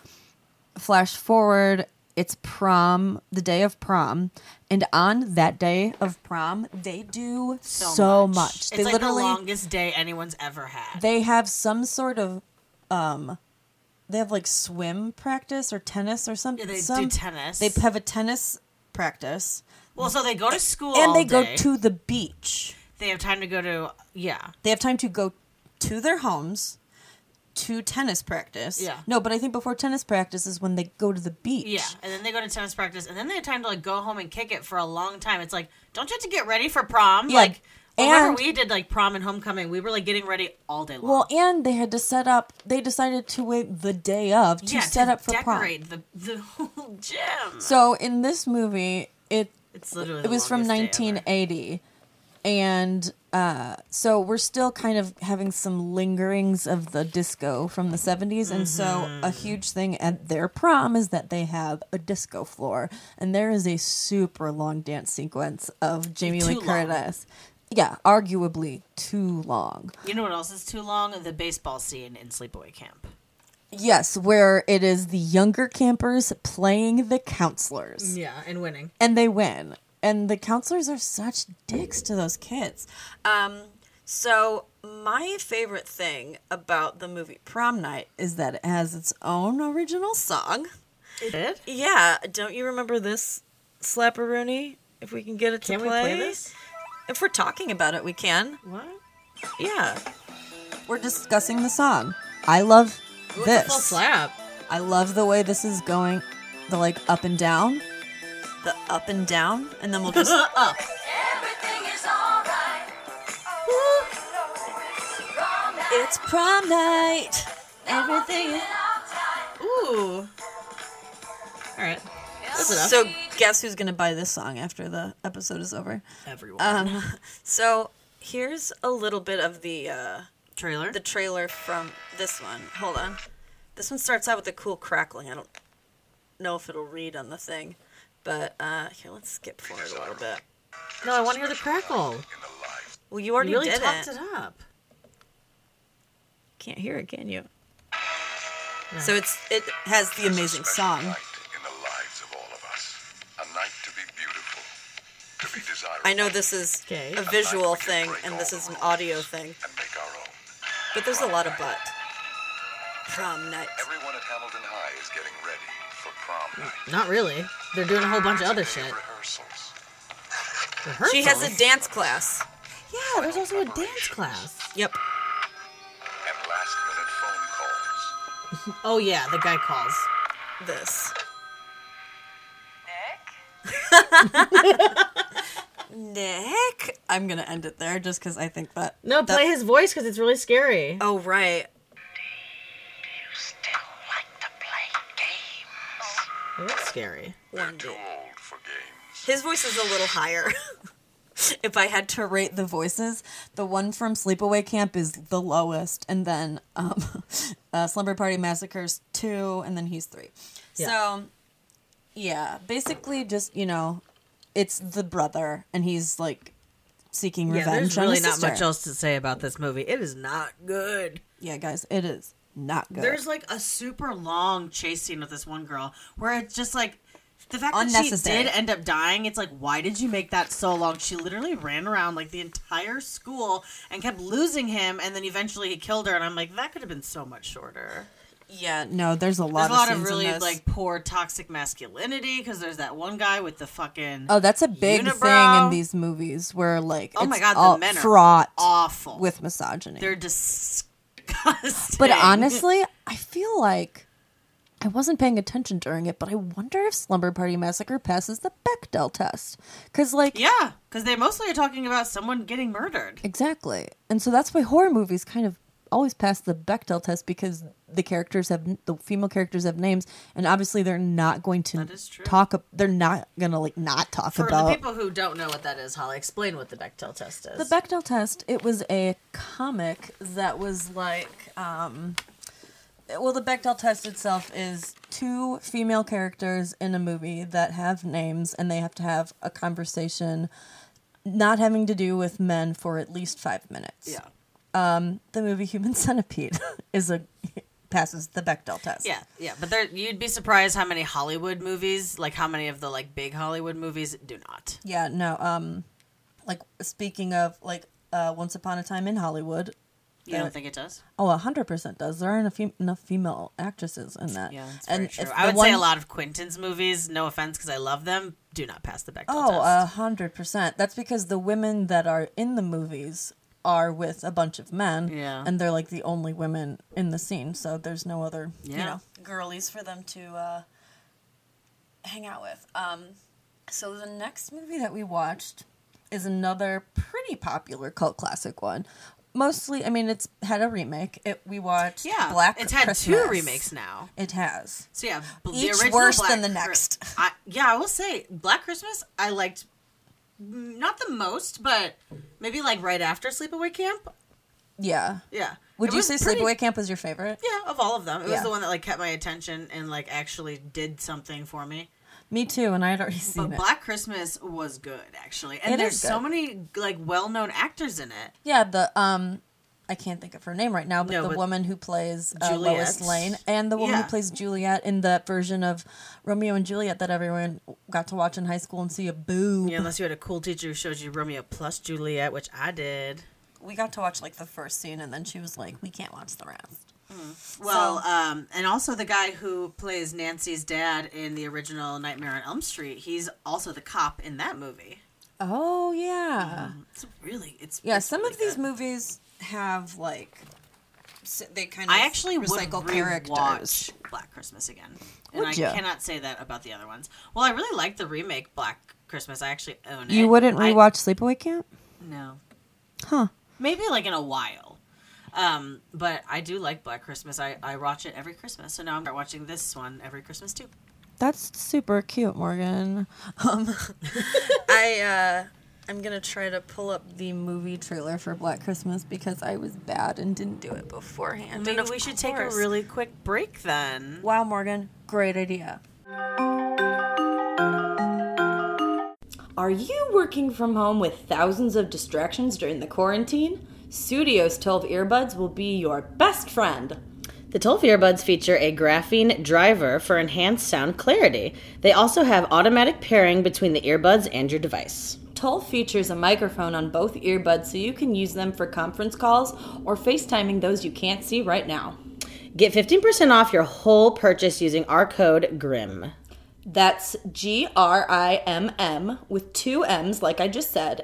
S11: flash forward, it's prom, the day of prom. And on that day of prom, they do so, much.
S6: It's
S11: They
S6: like
S11: literally,
S6: the longest day anyone's ever had.
S11: they have some sort of, um, they have like swim practice or tennis or something.
S6: Yeah, they do
S11: some,
S6: tennis.
S11: They have a tennis practice.
S6: Well, so they go to school
S11: and
S6: all
S11: they
S6: day.
S11: go to the beach.
S6: They have time to go to yeah.
S11: They have time to go to their homes to tennis practice.
S6: Yeah.
S11: No, but I think before tennis practice is when they go to the beach.
S6: Yeah, and then they go to tennis practice, and then they have time to like go home and kick it for a long time. It's like, don't you have to get ready for prom?
S11: Yeah.
S6: Like, Well, remember
S11: And-
S6: we did like prom and homecoming. We were like getting ready all day long.
S11: Well, and they had to set up. They decided to wait the day of to
S6: yeah,
S11: set
S6: to
S11: up for prom.
S6: decorate the the whole gym.
S11: So in this movie, it
S6: It's literally
S11: it
S6: the
S11: was from
S6: longest day
S11: 1980, and uh, so we're still kind of having some lingerings of the disco from the 70s. And so
S6: Mm-hmm.
S11: a huge thing at their prom is that they have a disco floor, and there is a super long dance sequence of Jamie Lee
S6: Too long.
S11: Curtis. Yeah, arguably too long.
S6: You know what else is too long? The baseball scene in Sleepaway Camp.
S11: Yes, where it is the younger campers playing the counselors.
S12: Yeah, and winning.
S11: And they win. And the counselors are such dicks to those kids.
S12: Um, so my favorite thing about the movie Prom Night is that it has its own original song.
S6: It did?
S12: Yeah. Don't you remember this slapperoonie? If we can get it
S6: Can
S12: to
S6: we
S12: play,
S6: play this?
S12: If we're talking about it, we can.
S6: What?
S12: Yeah.
S11: We're discussing the song. I love
S12: Ooh, it's a
S11: this.
S12: full slap.
S11: I love the way this is going, the like up and down.
S12: The up and down, and then we'll just
S11: up.
S12: It's prom night. Everything is. Ooh. All right.
S6: That's enough.
S12: So, guess who's going to buy this song after the episode is over?
S6: Everyone.
S12: Um, so, here's a little bit of the uh,
S6: trailer.
S12: The trailer from this one. Hold on. This one starts out with a cool crackling. I don't know if it'll read on the thing, but uh, here, let's skip forward a little bit.
S6: No, I want to hear the crackle.
S12: Well, you already
S6: really
S12: did
S6: talked
S12: it.
S6: it up.
S12: Can't hear it, can you? So it's it has the amazing song.
S7: in the lives of all of us. A night to be beautiful, to be desirable.
S12: I know this is a visual thing and this is an audio thing. But there's a lot of but. Prom night.
S7: Everyone at Hamilton High is getting ready for prom night.
S6: Not really. They're doing a whole bunch of other shit.
S7: Rehearsals.
S12: She has a
S6: Rehearsals?
S12: dance class.
S6: Yeah, there's also a dance class.
S12: Yep.
S7: And last minute phone calls.
S6: Oh yeah, the guy calls.
S12: This. Nick? I'm gonna end it there just because I think that.
S6: No, play his voice because it's really scary.
S12: Oh right.
S6: It's scary.
S12: One day. His voice is a little higher.
S11: If I had to rate the voices, the one from Sleepaway Camp is the lowest, and then um, uh, Slumber Party Massacre's two, and then he's three. So, yeah, basically, just you know, it's the brother, and he's like seeking
S6: Yeah,
S11: revenge.
S6: there's
S11: on
S6: really
S11: his
S6: not
S11: sister.
S6: much else to say about this movie. It is not good.
S11: Yeah, guys, it is not good.
S6: There's like a super long chase scene with this one girl where it's just like the fact that she
S11: Unnecessary.
S6: did end up dying. It's like why did you make that so long? She literally ran around like the entire school and kept losing him, and then eventually he killed her. And I'm like, that could have been so much shorter.
S11: yeah, no, there's a lot.
S6: There's a lot of
S11: scenes in
S6: really
S11: this.
S6: like poor toxic masculinity because there's that one guy with the fucking
S11: Oh, that's a big thing
S6: unibrow.
S11: in these movies where like
S6: Oh my
S11: it's
S6: God, the
S11: all
S6: men are
S11: fraught
S6: awful.
S11: with misogyny.
S6: They're disgusting.
S11: But honestly, I feel like I wasn't paying attention during it, but I wonder if Slumber Party Massacre passes the Bechdel test. Because, like,
S6: yeah, because they mostly are talking about someone getting murdered.
S11: exactly. And so that's why horror movies kind of always pass the Bechdel test because the characters have, the female characters have names, and obviously they're not going to talk, ab- they're not going to, like, not talk
S6: For
S11: about.
S6: the people who don't know what that is, Holly, explain what the Bechtel test is.
S11: The Bechdel test, it was a comic that was like um well the Bechdel test itself is two female characters in a movie that have names and they have to have a conversation not having to do with men for at least 5 minutes.
S6: Yeah.
S11: Um the movie Human Centipede is a passes the Bechdel test.
S6: yeah, yeah, but there you'd be surprised how many Hollywood movies, like how many of the like big Hollywood movies, do not.
S11: Yeah, no. Um like speaking of like uh Once Upon a Time in Hollywood
S6: You don't
S11: there-
S6: think it does?
S11: Oh, a hundred percent does. There aren't a fem- enough female actresses in that.
S6: Yeah, that's
S11: and
S6: very true.
S11: if
S6: I
S11: the
S6: would say a
S11: one-
S6: lot of Quentin's movies. No offense, because I love them, do not pass the Bechdel
S11: Oh,
S6: test.
S11: a hundred percent. That's because the women that are in the movies are with a bunch of men.
S6: Yeah.
S11: and they're like the only women in the scene, so there's no other.
S12: Yeah.
S11: You know.
S12: girlies for them to uh, hang out with. Um, so the next
S11: Next movie that we watched is another pretty popular cult classic one. Mostly, I mean, it's had a remake. It we watched
S6: Yeah,
S11: Black.
S6: it's had two
S11: Christmas.
S6: remakes now.
S11: It has.
S6: So yeah, b-
S11: Each
S6: original
S11: worse
S6: Black
S11: than the
S6: Chri-
S11: next.
S6: I, yeah, I will say Black Christmas I liked mm, not the most, but maybe like right after Sleepaway Camp.
S11: Yeah.
S6: Yeah.
S11: Would
S6: It
S11: you
S6: was
S11: say
S6: pretty-
S11: Sleepaway Camp was your favorite?
S6: Yeah, of all of them, it
S11: Yeah.
S6: was the one that like kept my attention and like actually did something for me.
S11: Me too, and I had already seen
S6: But
S11: it.
S6: Black Christmas was good actually, and
S11: It
S6: there's
S11: is
S6: so
S11: good.
S6: many like well-known actors in it.
S11: Yeah, the um, I can't think of her name right now, but
S6: No,
S11: the
S6: but-
S11: woman who plays uh,
S6: Juliet.
S11: Lois Lane and the woman
S6: Yeah.
S11: who plays Juliet in that version of Romeo and Juliet that everyone got to watch in high school and see a boob.
S6: Yeah, unless you had a cool teacher who showed you Romeo plus Juliet, which I did.
S11: we got to watch like the first scene, and then she was like, "We can't watch the rest."
S6: Well,
S11: So-
S6: um, and also the guy who plays Nancy's dad in the original Nightmare on Elm Street, he's also the cop in that movie.
S11: Oh yeah,
S6: It's really, it's
S11: yeah. Some of these movies have like s- they kind of
S6: I actually would
S11: recycle characters.
S6: rewatch Black Christmas again, and
S11: Would
S6: I
S11: ya?
S6: cannot say that about the other ones. Well, I really like the remake Black Christmas. I actually own it.
S11: You wouldn't
S6: I-
S11: rewatch Sleepaway Camp,
S6: no,
S11: huh?
S6: maybe like in a while. Um, but I do like Black Christmas. I I watch it every Christmas, so now I'm watching this one every Christmas too.
S11: That's super cute, Morgan. Um,
S12: I uh I'm gonna try to
S11: pull up the movie trailer for Black Christmas because I was bad and didn't do it beforehand.
S6: Maybe
S11: And
S6: we
S11: of
S6: should take a
S11: course-
S6: really quick break then.
S11: Wow, Morgan, great idea.
S13: Are you working from home with thousands of distractions during the quarantine? Studios 12 earbuds will be your best friend.
S10: The Tulf earbuds feature a graphene driver for enhanced sound clarity. They also have automatic pairing between the earbuds and your device.
S13: Toll features a microphone on both earbuds so you can use them for conference calls or FaceTiming those you can't see right now.
S10: Get 15% off your whole purchase using our code GRIM.
S13: That's G R I M M with two M's, like I just said,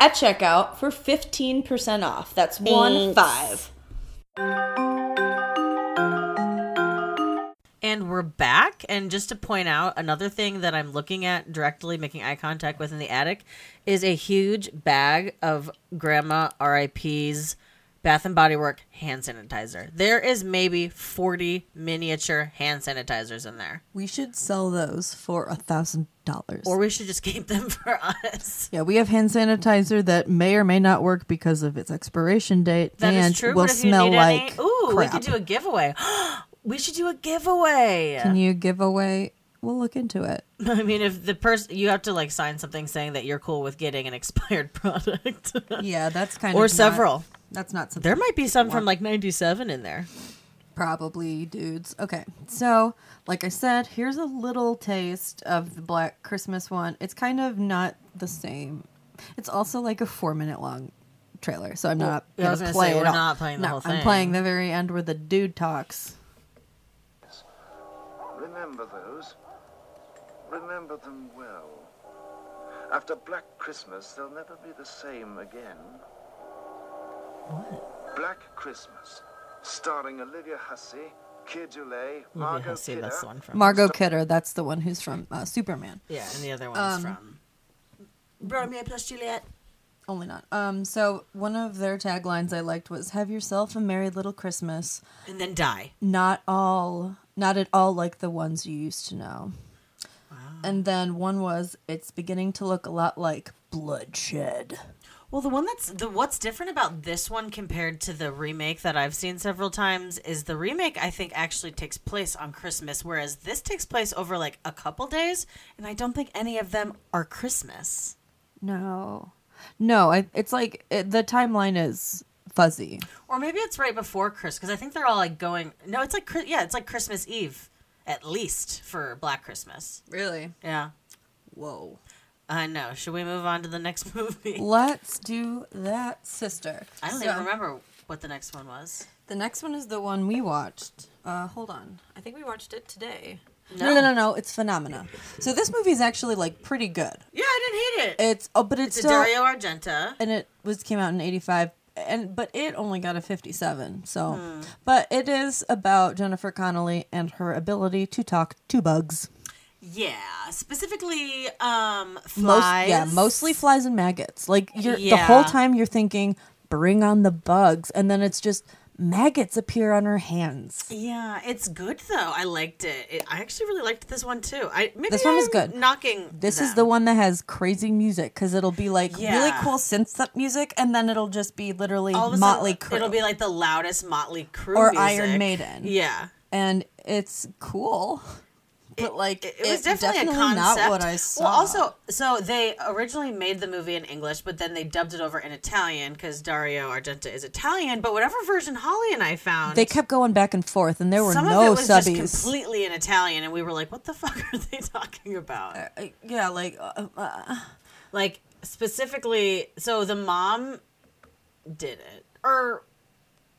S13: at checkout for 15% off. That's
S10: Thanks.
S13: one five.
S6: And we're back. And just to point out, another thing that I'm looking at directly, making eye contact with in the attic, is a huge bag of Grandma R.I.P.'s Bath and Body Work hand sanitizer. There is maybe 40 miniature hand sanitizers in there.
S11: We should sell those for a thousand dollars.
S6: Or we should just keep them for us.
S11: Yeah, we have hand sanitizer that may or may not work because of its expiration date,
S6: That is
S11: and
S6: true.
S11: will
S6: but if you
S11: smell
S6: need
S11: like
S6: any, ooh,
S11: crap.
S6: we could do a giveaway. we should do a giveaway.
S11: Can you give away? We'll look into it.
S6: I mean, if the person you have to like sign something saying that you're cool with getting an expired product.
S11: Yeah, that's kind
S6: or
S11: of not-
S6: several.
S11: that's not something
S6: There might be some from
S11: want.
S6: like '97 in there.
S11: Probably dudes. Okay. So, like I said, here's a little taste of the Black Christmas one. It's kind of not the same. It's also like a four minute long trailer, so I'm
S6: Well,
S11: not
S6: yeah, I
S11: gonna
S6: was gonna
S11: play
S6: say,
S11: it
S6: we're
S11: all.
S6: not playing the
S11: No,
S6: whole
S11: I'm
S6: thing.
S11: playing the very end where the dude talks.
S14: Remember those. Remember them well. After Black Christmas, they'll never be the same again. What? Black Christmas, starring Olivia Hussey, Kid Joulet, Margot
S6: Hussey,
S14: Kidder.
S6: that's the one
S11: Margot Kidder, that's the one who's from uh, Superman.
S6: Yeah, and the other
S11: one's
S6: one's
S11: Um,
S6: from Romeo plus Juliet.
S11: Only not. Um, so one of their taglines I liked was "Have yourself a merry little Christmas."
S6: And then die.
S11: Not all, not at all like the ones you used to know. And then one was, "It's beginning to look a lot like bloodshed."
S6: Well, the one that's the what's different about this one compared to the remake that I've seen several times is the remake I think actually takes place on Christmas, whereas this takes place over like a couple days, and I don't think any of them are Christmas.
S11: No, no, I, it's like it, the timeline is fuzzy.
S6: Or maybe it's right before Christmas because I think they're all like going. No, it's like Chri- yeah, it's like Christmas Eve at least for Black Christmas.
S11: Really?
S6: Yeah.
S11: Whoa.
S6: I know. Should we move on to the next movie?
S11: Let's do that, sister.
S6: I don't
S11: So-
S6: even remember what the next one was.
S11: The next one is the one we watched. Uh, hold on.
S12: I think we watched it today.
S11: No, no, no, no. It's Phenomena. So this movie is actually like pretty good.
S6: Yeah, I didn't hate it.
S11: It's oh, but it's,
S6: It's a
S11: still
S6: Dario Argento.
S11: and it was came out in '85, and but it only got a 57. So,
S6: Hmm.
S11: but it is about Jennifer Connelly and her ability to talk to bugs.
S6: Yeah, specifically um
S11: Most-
S6: flies.
S11: yeah, mostly flies and maggots. Like you're the
S6: Yeah.
S11: whole time you're thinking, bring on the bugs, and then it's just maggots appear on her hands.
S6: Yeah, it's good though. I liked it. it I actually really liked this one too. I maybe
S11: This one was
S6: I'm
S11: good.
S6: Knocking.
S11: This is the one that has crazy music because it'll be like really
S6: Yeah.
S11: cool synth up music, and then it'll just be literally
S6: all of a
S11: Motley
S6: sudden,
S11: Crue
S6: It'll be like the loudest Motley Crue
S11: or
S6: music.
S11: Iron Maiden.
S6: Yeah.
S11: and it's cool, but like
S6: It was definitely, a concept.
S11: not what I saw.
S6: Well, also, so they originally made the movie in English, but then they dubbed it over in Italian because Dario Argento is Italian. But whatever version Holly and I found,
S11: they kept going back and forth, and there were
S6: some
S11: no
S6: of it was
S11: subbies.
S6: just completely in Italian, and we were like, "What the fuck are they talking about?"
S11: Uh, yeah, like, uh, uh,
S6: like specifically, so the mom did it, or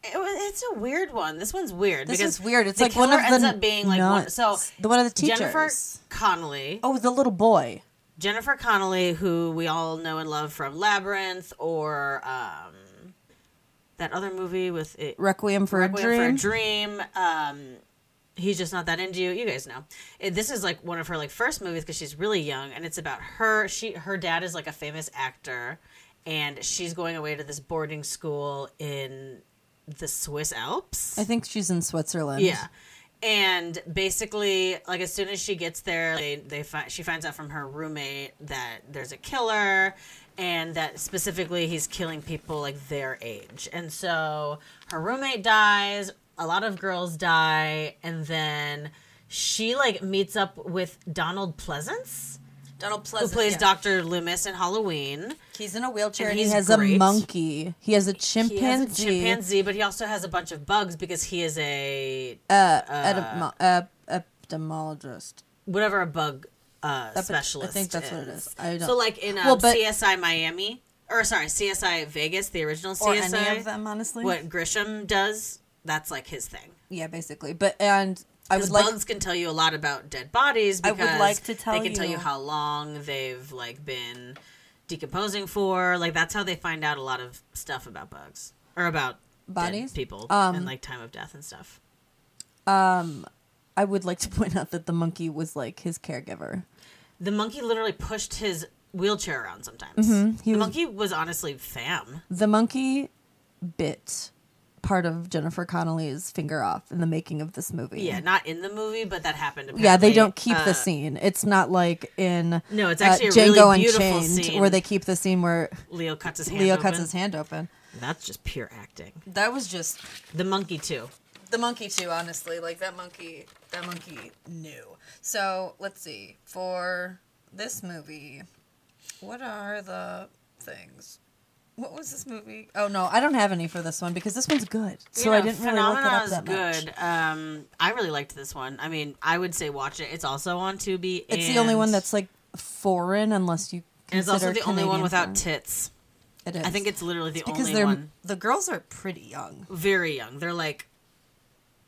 S6: it was, it's a weird one. This one's weird.
S11: This
S6: because
S11: is weird. It's
S6: the
S11: like one
S6: killer
S11: of the
S6: ends up being like one,
S11: nuts.
S6: so
S11: The one of the
S6: Jennifer
S11: teachers.
S6: Connolly.
S11: oh, the little boy.
S6: Jennifer Connelly, who we all know and love from Labyrinth or um, that other movie with it,
S11: Requiem for a Dream.
S6: Dream, Um, he's just not that into you. You guys know. It- this is like one of her like first movies because she's really young, and it's about her. She her dad is like a famous actor, and she's going away to this boarding school in the Swiss Alps.
S11: I think she's in Switzerland.
S6: Yeah. And basically, like as soon as she gets there, they they fi- she finds out from her roommate that there's a killer, and that specifically he's killing people like their age. And so her roommate dies, a lot of girls die, and then she like meets up with Donald Pleasance,
S12: Donald Pleasant
S6: who plays
S12: yeah.
S6: Doctor Loomis in Halloween.
S12: He's in a wheelchair.
S11: and
S6: and
S11: he
S6: he's
S11: has a
S6: great.
S11: monkey. He
S6: He has
S11: has a
S6: a
S11: chimpanzee.
S6: chimpanzee, but he also has a bunch of bugs because he is a
S11: Uh, etym- uh, ophthalmologist.
S6: whatever a bug uh,
S11: Epi-
S6: specialist.
S11: I think that's
S6: is.
S11: what it is. I don't-
S6: So like in um,
S11: Well, but-
S6: CSI Miami, or sorry, CSI Vegas, the original CSI,
S11: Or any of them, honestly.
S6: What Grisham does, that's like his thing.
S11: Yeah, basically. But and I would
S6: Because
S11: like
S6: bugs can tell you a lot about dead bodies.
S11: I would
S6: Because
S11: like to tell
S6: they can tell
S11: you-
S6: you how long they've like been decomposing for. Like that's how they find out a lot of stuff about bugs or about dead
S11: Bodies?
S6: people,
S11: Um,
S6: and like time of death and stuff.
S11: um I would like to point out that the monkey was like his caregiver.
S6: The monkey literally pushed his wheelchair around sometimes.
S11: Mhm, he
S6: the
S11: was-
S6: monkey was honestly fam.
S11: The monkey bit part of Jennifer Connelly's finger off in the making of this movie.
S6: Yeah, not in the movie, but that happened.
S11: Mm-hmm. Yeah, they
S6: apparently.
S11: don't keep
S6: Uh,
S11: the scene. It's not like in
S6: No, it's
S11: uh,
S6: actually a
S11: Django
S6: really beautiful
S11: Unchained
S6: scene.
S11: where they keep the scene where
S6: Leo cuts his hand.
S11: Leo
S6: open.
S11: cuts his hand open.
S6: That's just pure acting.
S12: That was just
S6: The monkey too.
S12: the monkey too. Honestly, like that monkey. That monkey knew. So let's see for this movie, what are the things? What was this movie?
S11: Oh no, I don't have any for this one because this one's good. So
S6: You
S11: I
S6: know,
S11: didn't really look it
S6: Phenomena
S11: up
S6: is
S11: that much.
S6: good. Um, I really liked this one. I mean, I would say watch it. It's also on Tubi.
S11: It's the only
S6: and-
S11: one that's like foreign unless you
S6: And it's
S11: consider
S6: also the only one
S11: Canadian
S6: without
S11: foreign.
S6: tits.
S11: It is.
S6: I think it's literally the
S11: It's because
S6: only
S11: they're-
S6: one.
S12: The girls are pretty young.
S6: Very young. They're like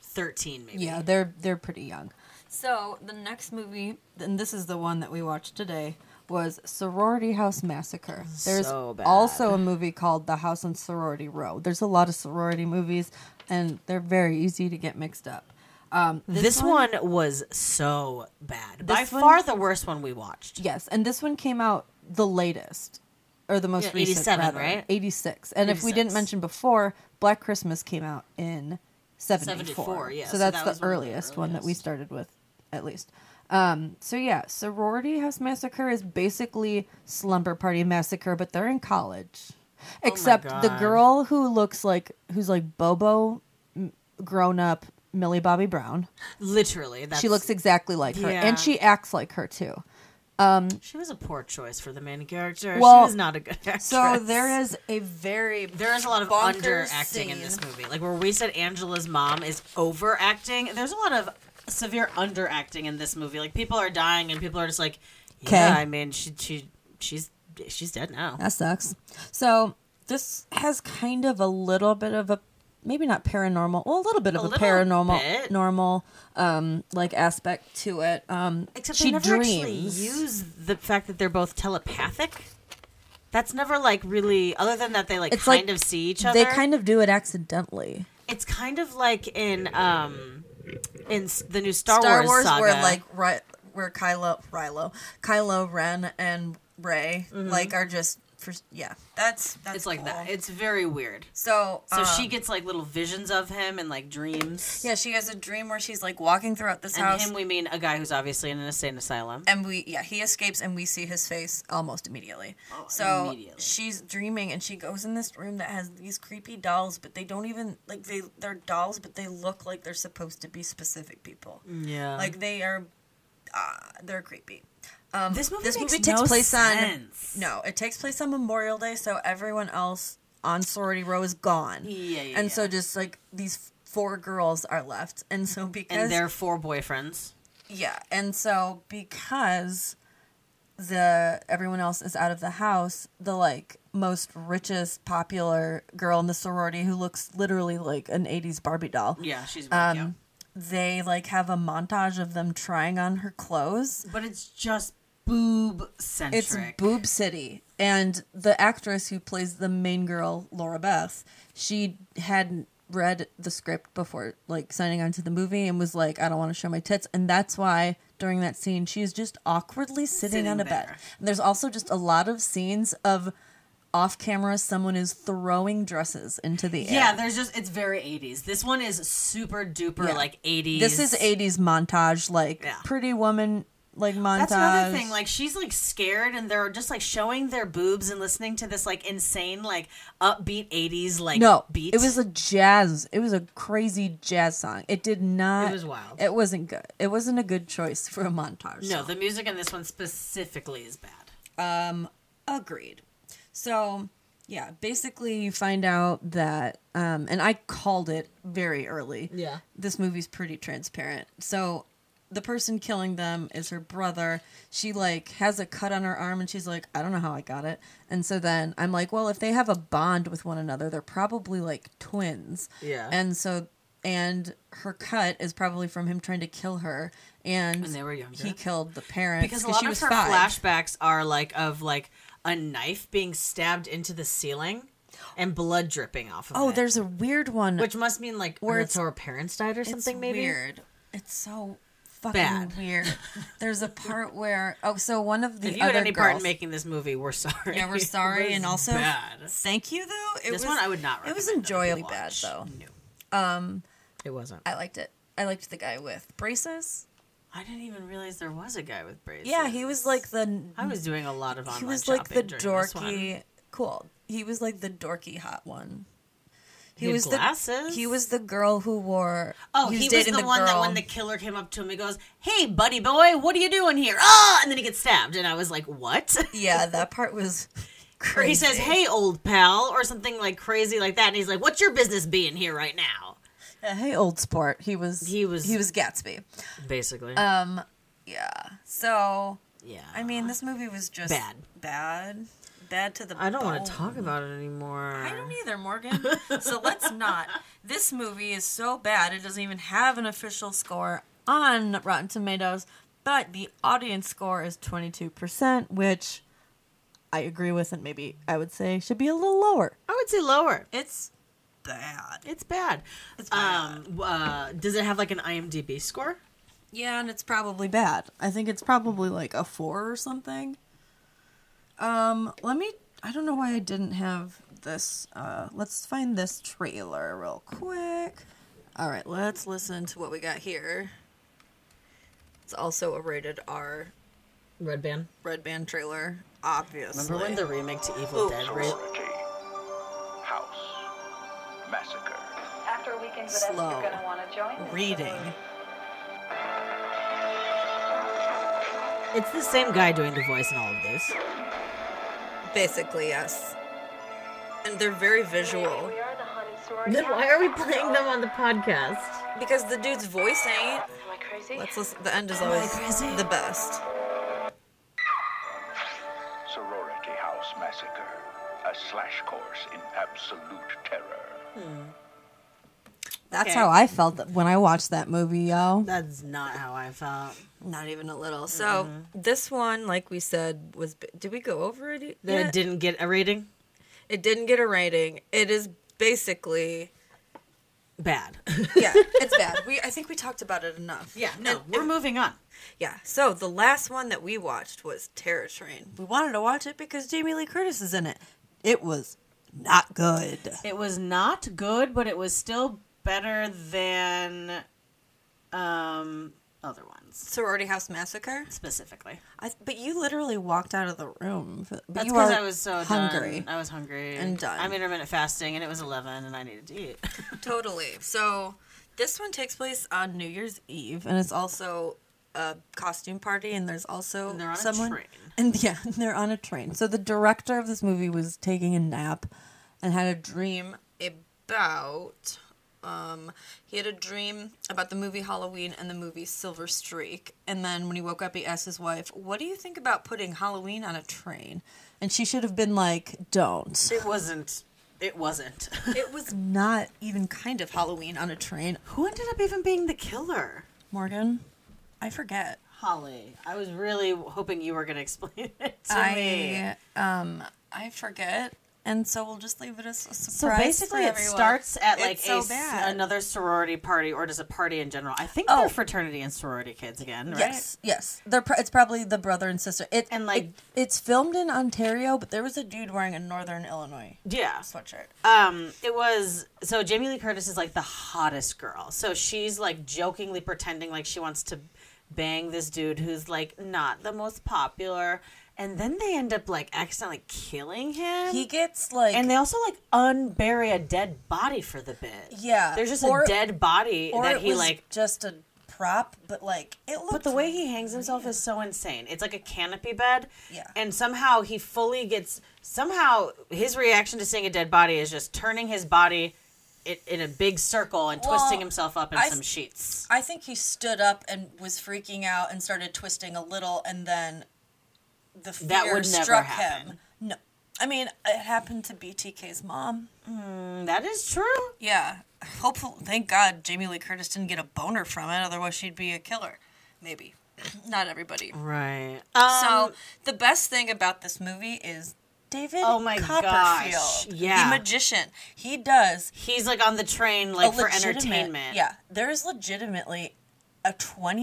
S6: thirteen, maybe.
S11: Yeah, they're they're pretty young.
S12: So the next movie.
S11: And this is the one that we watched today was Sorority House Massacre. There's
S12: So bad.
S11: also a movie called The House on Sorority Row. There's a lot of sorority movies, and they're very easy to get mixed up. Um,
S6: This, one, was so bad. By
S11: This one-
S6: far the worst one we watched.
S11: Yes, and this one came out the latest or the most
S6: Yeah,
S11: recent
S6: 87,
S11: rather.
S6: right?
S11: 86. And if we didn't
S6: 86.
S11: mention before, Black Christmas came out in 74.
S6: 74, yeah,
S11: So
S6: so
S11: that's
S6: that was
S11: the
S6: one of the
S11: earliest one that we started with at least. Um, so yeah, Sorority House Massacre is basically Slumber Party Massacre, but they're in college.
S6: Oh
S12: my
S11: Except the
S12: God.
S11: girl who looks like who's like Bobo m- grown up Millie Bobby Brown.
S6: Literally, that's
S11: she looks exactly like her
S6: Yeah.
S11: and she acts like her too. Um,
S6: She was a poor choice for the main character.
S11: Well,
S6: she was not a good actress.
S11: so there is a very
S6: there is a lot of
S11: bonkers
S6: underacting in this movie. Like where we said Angela's mom is overacting. There's a lot of severe underacting in this movie. Like people are dying and people are just like, yeah,
S11: 'Kay.
S6: I mean, she she she's she's dead now.
S11: That sucks. So this has kind of a little bit of a maybe not paranormal, well a little bit of
S12: A
S11: a,
S12: little
S11: paranormal
S12: bit.
S11: normal um like aspect to it. Um
S6: Except
S11: she
S6: they never actually
S11: dreams.
S6: use the fact that they're both telepathic. That's never like really other than that they like
S11: It's
S6: kind
S11: like
S6: of see each other.
S11: They kind of do it accidentally.
S6: It's kind of like in um in s- the new Star,
S12: Star
S6: Wars,
S12: Wars
S6: saga.
S12: where, like, right
S11: where Kylo, Rilo, Kylo Ren and Ray
S6: Mhm.
S11: like are just for yeah. That's that's
S6: it's like
S11: cool.
S6: that. It's very weird.
S11: So
S6: so she
S11: um,
S6: gets like little visions of him and like dreams.
S11: Yeah, she has a dream where she's like walking throughout this
S6: and
S11: house.
S6: him, we mean a guy who's obviously in an insane asylum.
S11: and we yeah he escapes and we see his face almost immediately
S6: Oh,
S11: so she's dreaming and she goes in this room that has these creepy dolls but they don't even like they they're dolls but they look like they're supposed to be specific people
S6: Yeah.
S11: like they are uh, they're creepy um,
S6: This movie makes
S11: takes
S6: no
S11: place
S6: sense.
S11: on no it takes place on memorial day so everyone else on sorority row is gone
S6: Yeah, yeah,
S11: and so just like these four girls are left and so because
S6: and their four boyfriends.
S11: yeah, and so because the everyone else is out of the house, the like most richest popular girl in the sorority who looks literally like an 80s Barbie doll.
S6: Yeah, she's weird,
S11: um
S6: yeah.
S11: they like have a montage of them trying on her clothes,
S6: but it's just boob centric.
S11: It's boob city. And the actress who plays the main girl, Laura Beth, she had read the script before like signing on to the movie and was like, I don't want to show my tits. And that's why during that scene she's just awkwardly sitting,
S6: Sitting
S11: on a bed.
S6: there.
S11: And there's also just a lot of scenes of off camera someone is throwing dresses into the air.
S6: Yeah, there's just it's very 80s. This one is super duper
S11: Yeah.
S6: like 80s.
S11: This is 80s montage, like
S6: Yeah.
S11: pretty woman like montage.
S6: That's another thing. Like she's like scared, and they're just like showing their boobs and listening to this like insane like upbeat '80s like
S11: no
S6: beat.
S11: It was a jazz. It was a crazy jazz song. It did not.
S6: It was wild.
S11: It wasn't good. It wasn't a good choice for a montage.
S6: no. The music in this one specifically is bad.
S11: Um, agreed. So, yeah, basically, you find out that, um, and I called it very early.
S6: Yeah.
S11: This movie's pretty transparent. So, the person killing them is her brother. She, like, has a cut on her arm and she's like, I don't know how I got it. And so then I'm like, well, if they have a bond with one another, they're probably like twins.
S6: Yeah.
S11: And so, and her cut is probably from him trying to kill her. And
S6: When they were younger.
S11: he killed the parents
S6: Because a lot
S11: she
S6: of
S11: was
S6: her
S11: five.
S6: flashbacks are like of like a knife being stabbed into the ceiling and blood dripping off of
S11: Oh,
S6: it.
S11: there's a weird one.
S6: which must mean like where
S11: it's-
S6: it's how her parents died or
S11: it's
S6: something. maybe
S11: weird. It's so fucking
S6: Bad.
S11: weird. There's a part where oh, so one of the
S6: If you had
S11: other
S6: any
S11: girls.
S6: part in making this movie, we're sorry.
S11: yeah, we're
S6: It
S11: sorry,
S6: was
S11: and also
S6: bad.
S11: thank you though. It
S6: This
S11: was,
S6: one I would not
S11: It was
S6: recommend that
S11: enjoyably bad though. Um,
S6: It wasn't.
S11: I liked it. I liked the guy with braces.
S6: I didn't even realize there was a guy with braids.
S11: Yeah, he was like the.
S6: I was doing a lot of online
S11: He was like the
S6: shopping during this one.
S11: dorky. Cool. He was like the dorky hot one.
S6: He had
S11: was the
S6: glasses?
S11: he was the girl who wore.
S6: Oh, he was,
S11: dating
S6: the, one that
S11: girl-
S6: when the killer came up to him, he goes, "Hey, buddy boy, what are you doing here?" Ah, and then he gets stabbed, and I was like, "What?"
S11: Yeah, that part was
S6: Or he
S11: crazy.
S6: says, "Hey, old pal," or something like crazy like that, and he's like, "What's your business being here right now?"
S11: Uh, hey, old sport. He was. He was. He was Gatsby.
S6: Basically,
S11: Um. Yeah. So.
S6: Yeah.
S11: I mean, this movie was just
S6: Bad.
S11: Bad. Bad to the.
S6: I don't want
S11: bone.
S6: to talk about it anymore.
S11: I don't either, Morgan. so let's not. This movie is so bad it doesn't even have an official score on Rotten Tomatoes, but the audience score is 22%, which I agree with and maybe I would say should be a little lower.
S6: I would say lower.
S11: It's bad.
S6: It's bad. It's bad. Um, uh, does it have like an IMDb score?
S11: Yeah, and it's probably bad. I think it's probably like a 4 or something. Um, let me I don't know why I didn't have this uh let's find this trailer real quick. All right, let's listen to what we got here. It's also a rated R
S6: Red band.
S11: Red Band trailer, obviously.
S6: Remember when the remake to Evil Dead ra-
S3: House. Massacre.
S13: After a weekend with us,
S11: Slow.
S13: you're going to want to join us.
S11: reading?
S6: It's the same guy doing the voice in all of these.
S11: Basically, yes. And they're very visual.
S6: Then why are we playing them on the podcast?
S11: Because the dude's voice ain't.
S13: Am I crazy?
S11: Let's listen. The end is
S13: Am I
S11: always
S13: crazy?
S11: the best.
S3: Sorority House Massacre. A slash course in absolute terror.
S11: That's
S6: Okay. how I
S11: felt when I watched that movie, yo.
S6: That's not how I felt.
S11: Not even a little. So
S6: Mm-hmm.
S11: this one, like we said, was. b- Did we go over it? y-
S6: That
S11: yet?
S6: it didn't get a rating?
S11: It didn't get a rating. It is basically
S6: bad.
S11: yeah, it's bad. We I think we talked about it enough.
S6: Yeah, no, we're moving on.
S11: Yeah. So the last one that we watched was Terror Train. We wanted to watch it because Jamie Lee Curtis is in it. It was not good.
S6: It was not good, but it was still better than um other ones.
S11: Sorority House Massacre
S6: specifically.
S11: I, but you literally walked out of the room. For, but
S6: That's
S11: you
S6: because
S11: are
S6: I was so
S11: hungry.
S6: done. I was hungry
S11: And done.
S6: I'm intermittent fasting, and it was 11, and I needed to eat.
S11: Totally. So this one takes place on New Year's Eve, and it's also a costume party, and there's also
S6: And they're on a
S11: someone,
S6: train.
S11: and yeah, they're on a train. So the director of this movie was taking a nap, and had a dream about. Um, he had a dream about the movie Halloween and the movie Silver Streak. And then when he woke up, he asked his wife, What do you think about putting Halloween on a train? And she should have been like, Don't.
S6: It wasn't. It wasn't.
S11: It was not even kind of Halloween on a train.
S6: Who ended up even being the killer?
S11: Morgan? I forget.
S6: Holly, I was really hoping you were going to explain it to me.
S11: I um I forget. And so we'll just leave it as a
S6: So
S11: surprise.
S6: basically,
S11: for
S6: it
S11: everyone.
S6: starts at like
S11: It's
S6: a,
S11: so
S6: s-
S11: bad. Oh.
S6: another sorority party, or just a party in general. I think they're fraternity and sorority kids again, right?
S11: Yes, yes. They're pro- it's probably the brother and sister. It and like it's filmed in Ontario, but there was a dude wearing a Northern Illinois
S6: Yeah.
S11: sweatshirt.
S6: Um, it was so Jamie Lee Curtis is like the hottest girl. So she's like jokingly pretending like she wants to bang this dude who's like not the most popular. And then they end up like accidentally killing him.
S11: He gets like
S6: and they also like unbury a dead body for the bit.
S11: Yeah,
S6: there's just
S11: or-
S6: a dead body
S11: or
S6: that
S11: it
S6: he
S11: was
S6: like
S11: just a prop, but like it looked.
S6: But the way he hangs himself is so insane. It's like a canopy bed.
S11: Yeah.
S6: And somehow he fully gets somehow his reaction to seeing a dead body is just turning his body in, in a big circle and
S11: Well,
S6: twisting himself up in
S11: I-
S6: some sheets.
S11: I think he stood up and was freaking out and started twisting a little, and then the fear
S6: That would never
S11: struck
S6: happen.
S11: him. No, I mean it happened to BTK's mom.
S6: Mm, that is true.
S11: Yeah. Hopefully, thank God Jamie Lee Curtis didn't get a boner from it. Otherwise, she'd be a killer. Maybe. Not everybody.
S6: Right.
S11: so the best thing about this movie is David
S6: Oh my
S11: Copperfield,
S6: gosh,
S11: the
S6: yeah.
S11: magician. He does.
S6: He's like on the train,
S11: a
S6: like for
S11: legitimate-
S6: entertainment.
S11: Yeah, there is legitimately a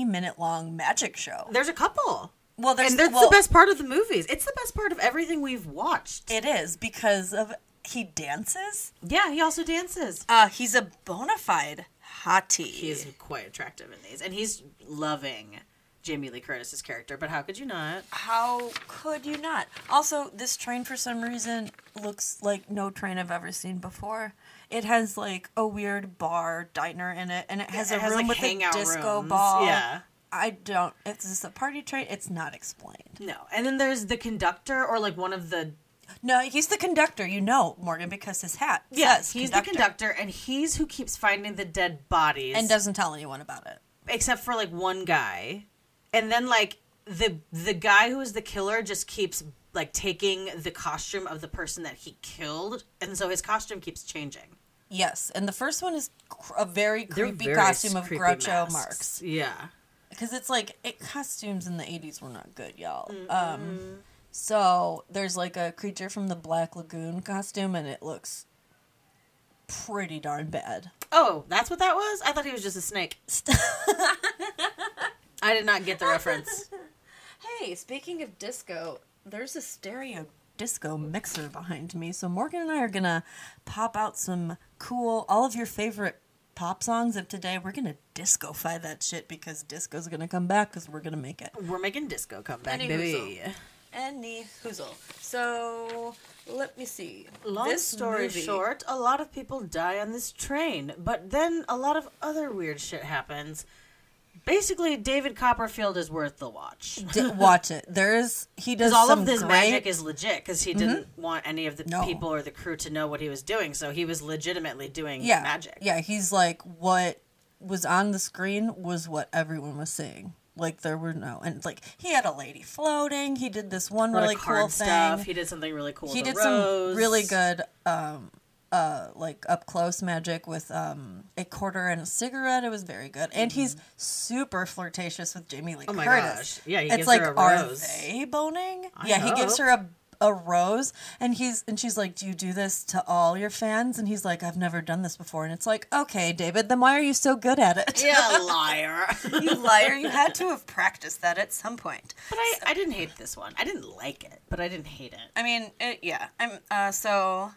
S11: twenty-minute-long magic show.
S6: There's a couple.
S11: Well, there's
S6: and that's
S11: well,
S6: the best part of the movies. It's the best part of everything we've watched.
S11: It is because of he dances.
S6: Yeah, he also dances.
S11: Uh, he's a bona fide hottie.
S6: He's quite attractive in these, and he's loving Jamie Lee Curtis's character. But how could you not?
S11: How could you not? Also, this train for some reason looks like no train I've ever seen before. It has like a weird bar diner in it, and it has
S6: it
S11: a
S6: has,
S11: room
S6: like,
S11: with a
S6: hangout
S11: disco
S6: rooms.
S11: ball.
S6: Yeah.
S11: I don't. Is this a party train? It's not explained.
S6: No. And then there's the conductor or like one of the
S11: No, he's the conductor. You know, Morgan, because his hat. says
S6: he's the conductor and he's who keeps finding the dead bodies
S11: and doesn't tell anyone about it.
S6: except for like one guy. And then like the the guy who is the killer just keeps like taking the costume of the person that he killed and so his costume keeps changing.
S11: Yes, and the first one is cr- a very
S6: They're
S11: creepy
S6: very
S11: costume of
S6: creepy
S11: Groucho
S6: masks. Oh.
S11: Marx.
S6: Yeah.
S11: because it's like it, costumes in the 80s were not good y'all um so there's like a creature from the black lagoon costume and it looks pretty darn bad
S6: Oh, that's what that was? I thought he was just a snake. I did not get the reference.
S11: hey speaking of disco there's a stereo disco mixer behind me so morgan and i are gonna pop out some cool all of your favorite pop songs of today we're gonna discofy that shit because disco's gonna come back because we're gonna make it
S6: We're making disco comeback,
S11: Any
S6: baby.
S11: hoozle. Any hoozle. So let me see.
S6: Long
S11: This
S6: story
S11: movie-
S6: short, a lot of people die on this train, but then a lot of other weird shit happens. Basically, David Copperfield is worth the watch.
S11: D- watch it. There's he
S6: Because
S11: does
S6: all
S11: some
S6: of this
S11: great- Mm-hmm.
S6: magic is legit, because he didn't want any of the
S11: No.
S6: people or the crew to know what he was doing, so he was legitimately doing
S11: yeah
S6: magic.
S11: Yeah, he's like what was on the screen was what everyone was seeing. Like there were no and like he had a lady floating. He did this one
S6: A lot of
S11: really cool
S6: card stuff.
S11: thing.
S6: He did something really cool.
S11: he
S6: with a
S11: did some
S6: rose.
S11: really good um uh like up close magic with um a quarter and a cigarette it was very good and he's super flirtatious with jamie lee
S6: Mm-hmm. Oh my
S11: curtis
S6: gosh. Yeah, he
S11: it's
S6: gives
S11: like
S6: her a
S11: are
S6: rose.
S11: they boning
S6: I
S11: yeah he gives
S6: hope.
S11: her a a rose and he's and she's like do you do this to all your fans and he's like i've never done this before and it's like okay david then why are you so good at it
S6: Yeah, liar.
S11: you liar you had to have practiced that at some point
S6: But I, I didn't hate this one. I didn't like it, but I didn't hate it.
S15: I mean, it, yeah. I'm uh, so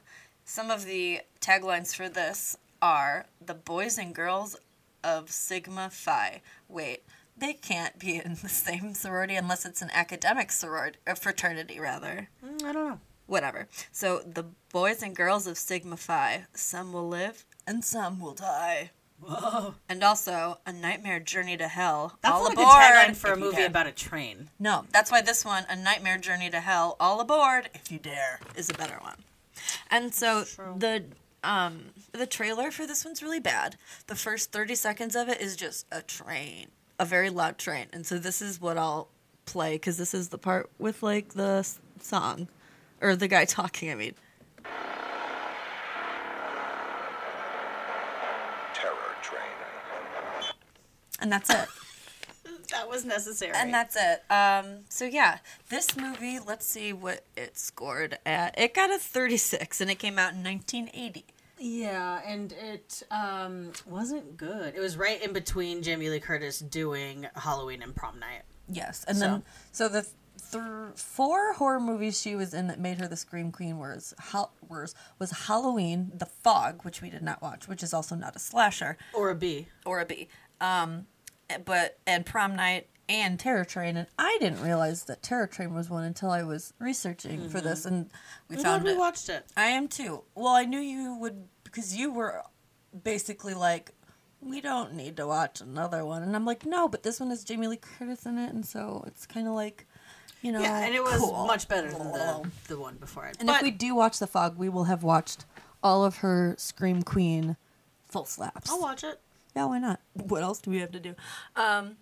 S15: some of the taglines for this are the boys and girls of Sigma Phi. Wait, they can't be in the same sorority unless it's an academic sorority, uh, fraternity rather.
S6: Mm, I don't know.
S15: Whatever. So the boys and girls of Sigma Phi. Some will live and some will die.
S6: Whoa.
S15: And also a nightmare journey to hell.
S6: That's
S15: all
S6: like
S15: aboard
S6: a tagline for a
S15: if you
S6: movie
S15: dare.
S6: about a train.
S15: No, that's why this one, A Nightmare Journey to Hell, All Aboard, If You Dare, is a better one. And so the um the trailer for this one's really bad. The first 30 seconds of it is just a train, a very loud train. And so this is what I'll play cuz this is the part with like the s- song or the guy talking, I mean.
S3: Terror Train.
S15: And that's it.
S6: That was necessary.
S15: And that's it. Um, so yeah, this movie. Let's see what it scored at. It got a 36, and it came out in 1980.
S6: Yeah, and it um, wasn't good. It was right in between Jamie Lee Curtis doing Halloween and Prom Night.
S11: Yes, and then so the th- four horror movies she was in that made her the scream queen was Hal- was was Halloween, The Fog, which we did not watch, which is also not a slasher
S6: or a B
S15: or a B. Um,
S11: eh,
S15: but and Prom Night
S11: and Terror Train, and I didn't realize that Terror Train was one until I was researching for this, and we
S6: I'm glad
S11: found
S6: we
S11: it.
S6: watched it.
S11: I am too. Well, I knew you would because you were basically like. We don't need to watch another one, and I'm like, no, but this one has Jamie Lee Curtis in it, and so it's kind of like, you know,
S6: yeah, and it was
S11: cool.
S6: much better than the, the one before it.
S11: And
S6: but
S11: if we do watch The Fog, we will have watched all of her Scream Queen full slaps.
S6: I'll watch it.
S11: Yeah, why not? What else do we have to do?
S15: Um,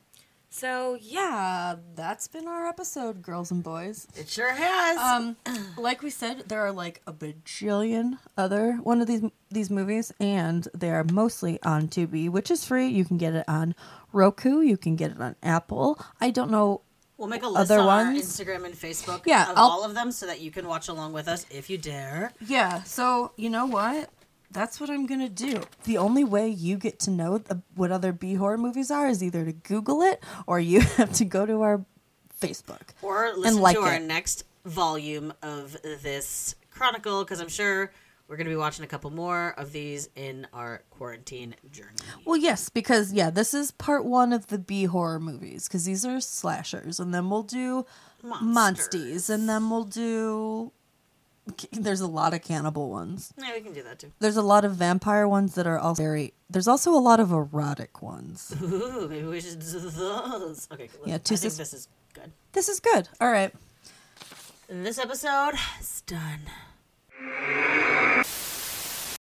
S15: so
S11: yeah, that's been our episode, girls and boys.
S6: It sure has.
S11: Um, like we said, there are like a bajillion other one of these these movies, and they are mostly on Tubi, which is free. You can get it on Roku. You can get it on Apple. I don't know.
S6: we'll make a list
S11: other
S6: on our
S11: ones?
S6: Instagram and Facebook
S11: Yeah,
S6: of
S11: I'll-
S6: all of them so that you can watch along with us if you dare.
S11: Yeah, so you know what? That's what I'm gonna do. The only way you get to know the, what other B horror movies are is either to Google it or you have to go to our Facebook
S6: Or listen to our next volume of this chronicle because I'm sure we're going to be watching a couple more of these in our quarantine journey.
S11: Well, yes, because yeah, this is part one of the B horror movies because these are slashers, and then we'll do monsties, and then we'll do. There's a lot of cannibal ones.
S6: Yeah, we can do that too.
S11: There's a lot of vampire ones that are also very. There's also a lot of erotic ones.
S6: Ooh, maybe we should do those. Okay, cool.
S11: Yeah,
S6: I
S11: two
S6: think
S11: sis-
S6: this is good.
S11: This is good. All right.
S6: This episode is done.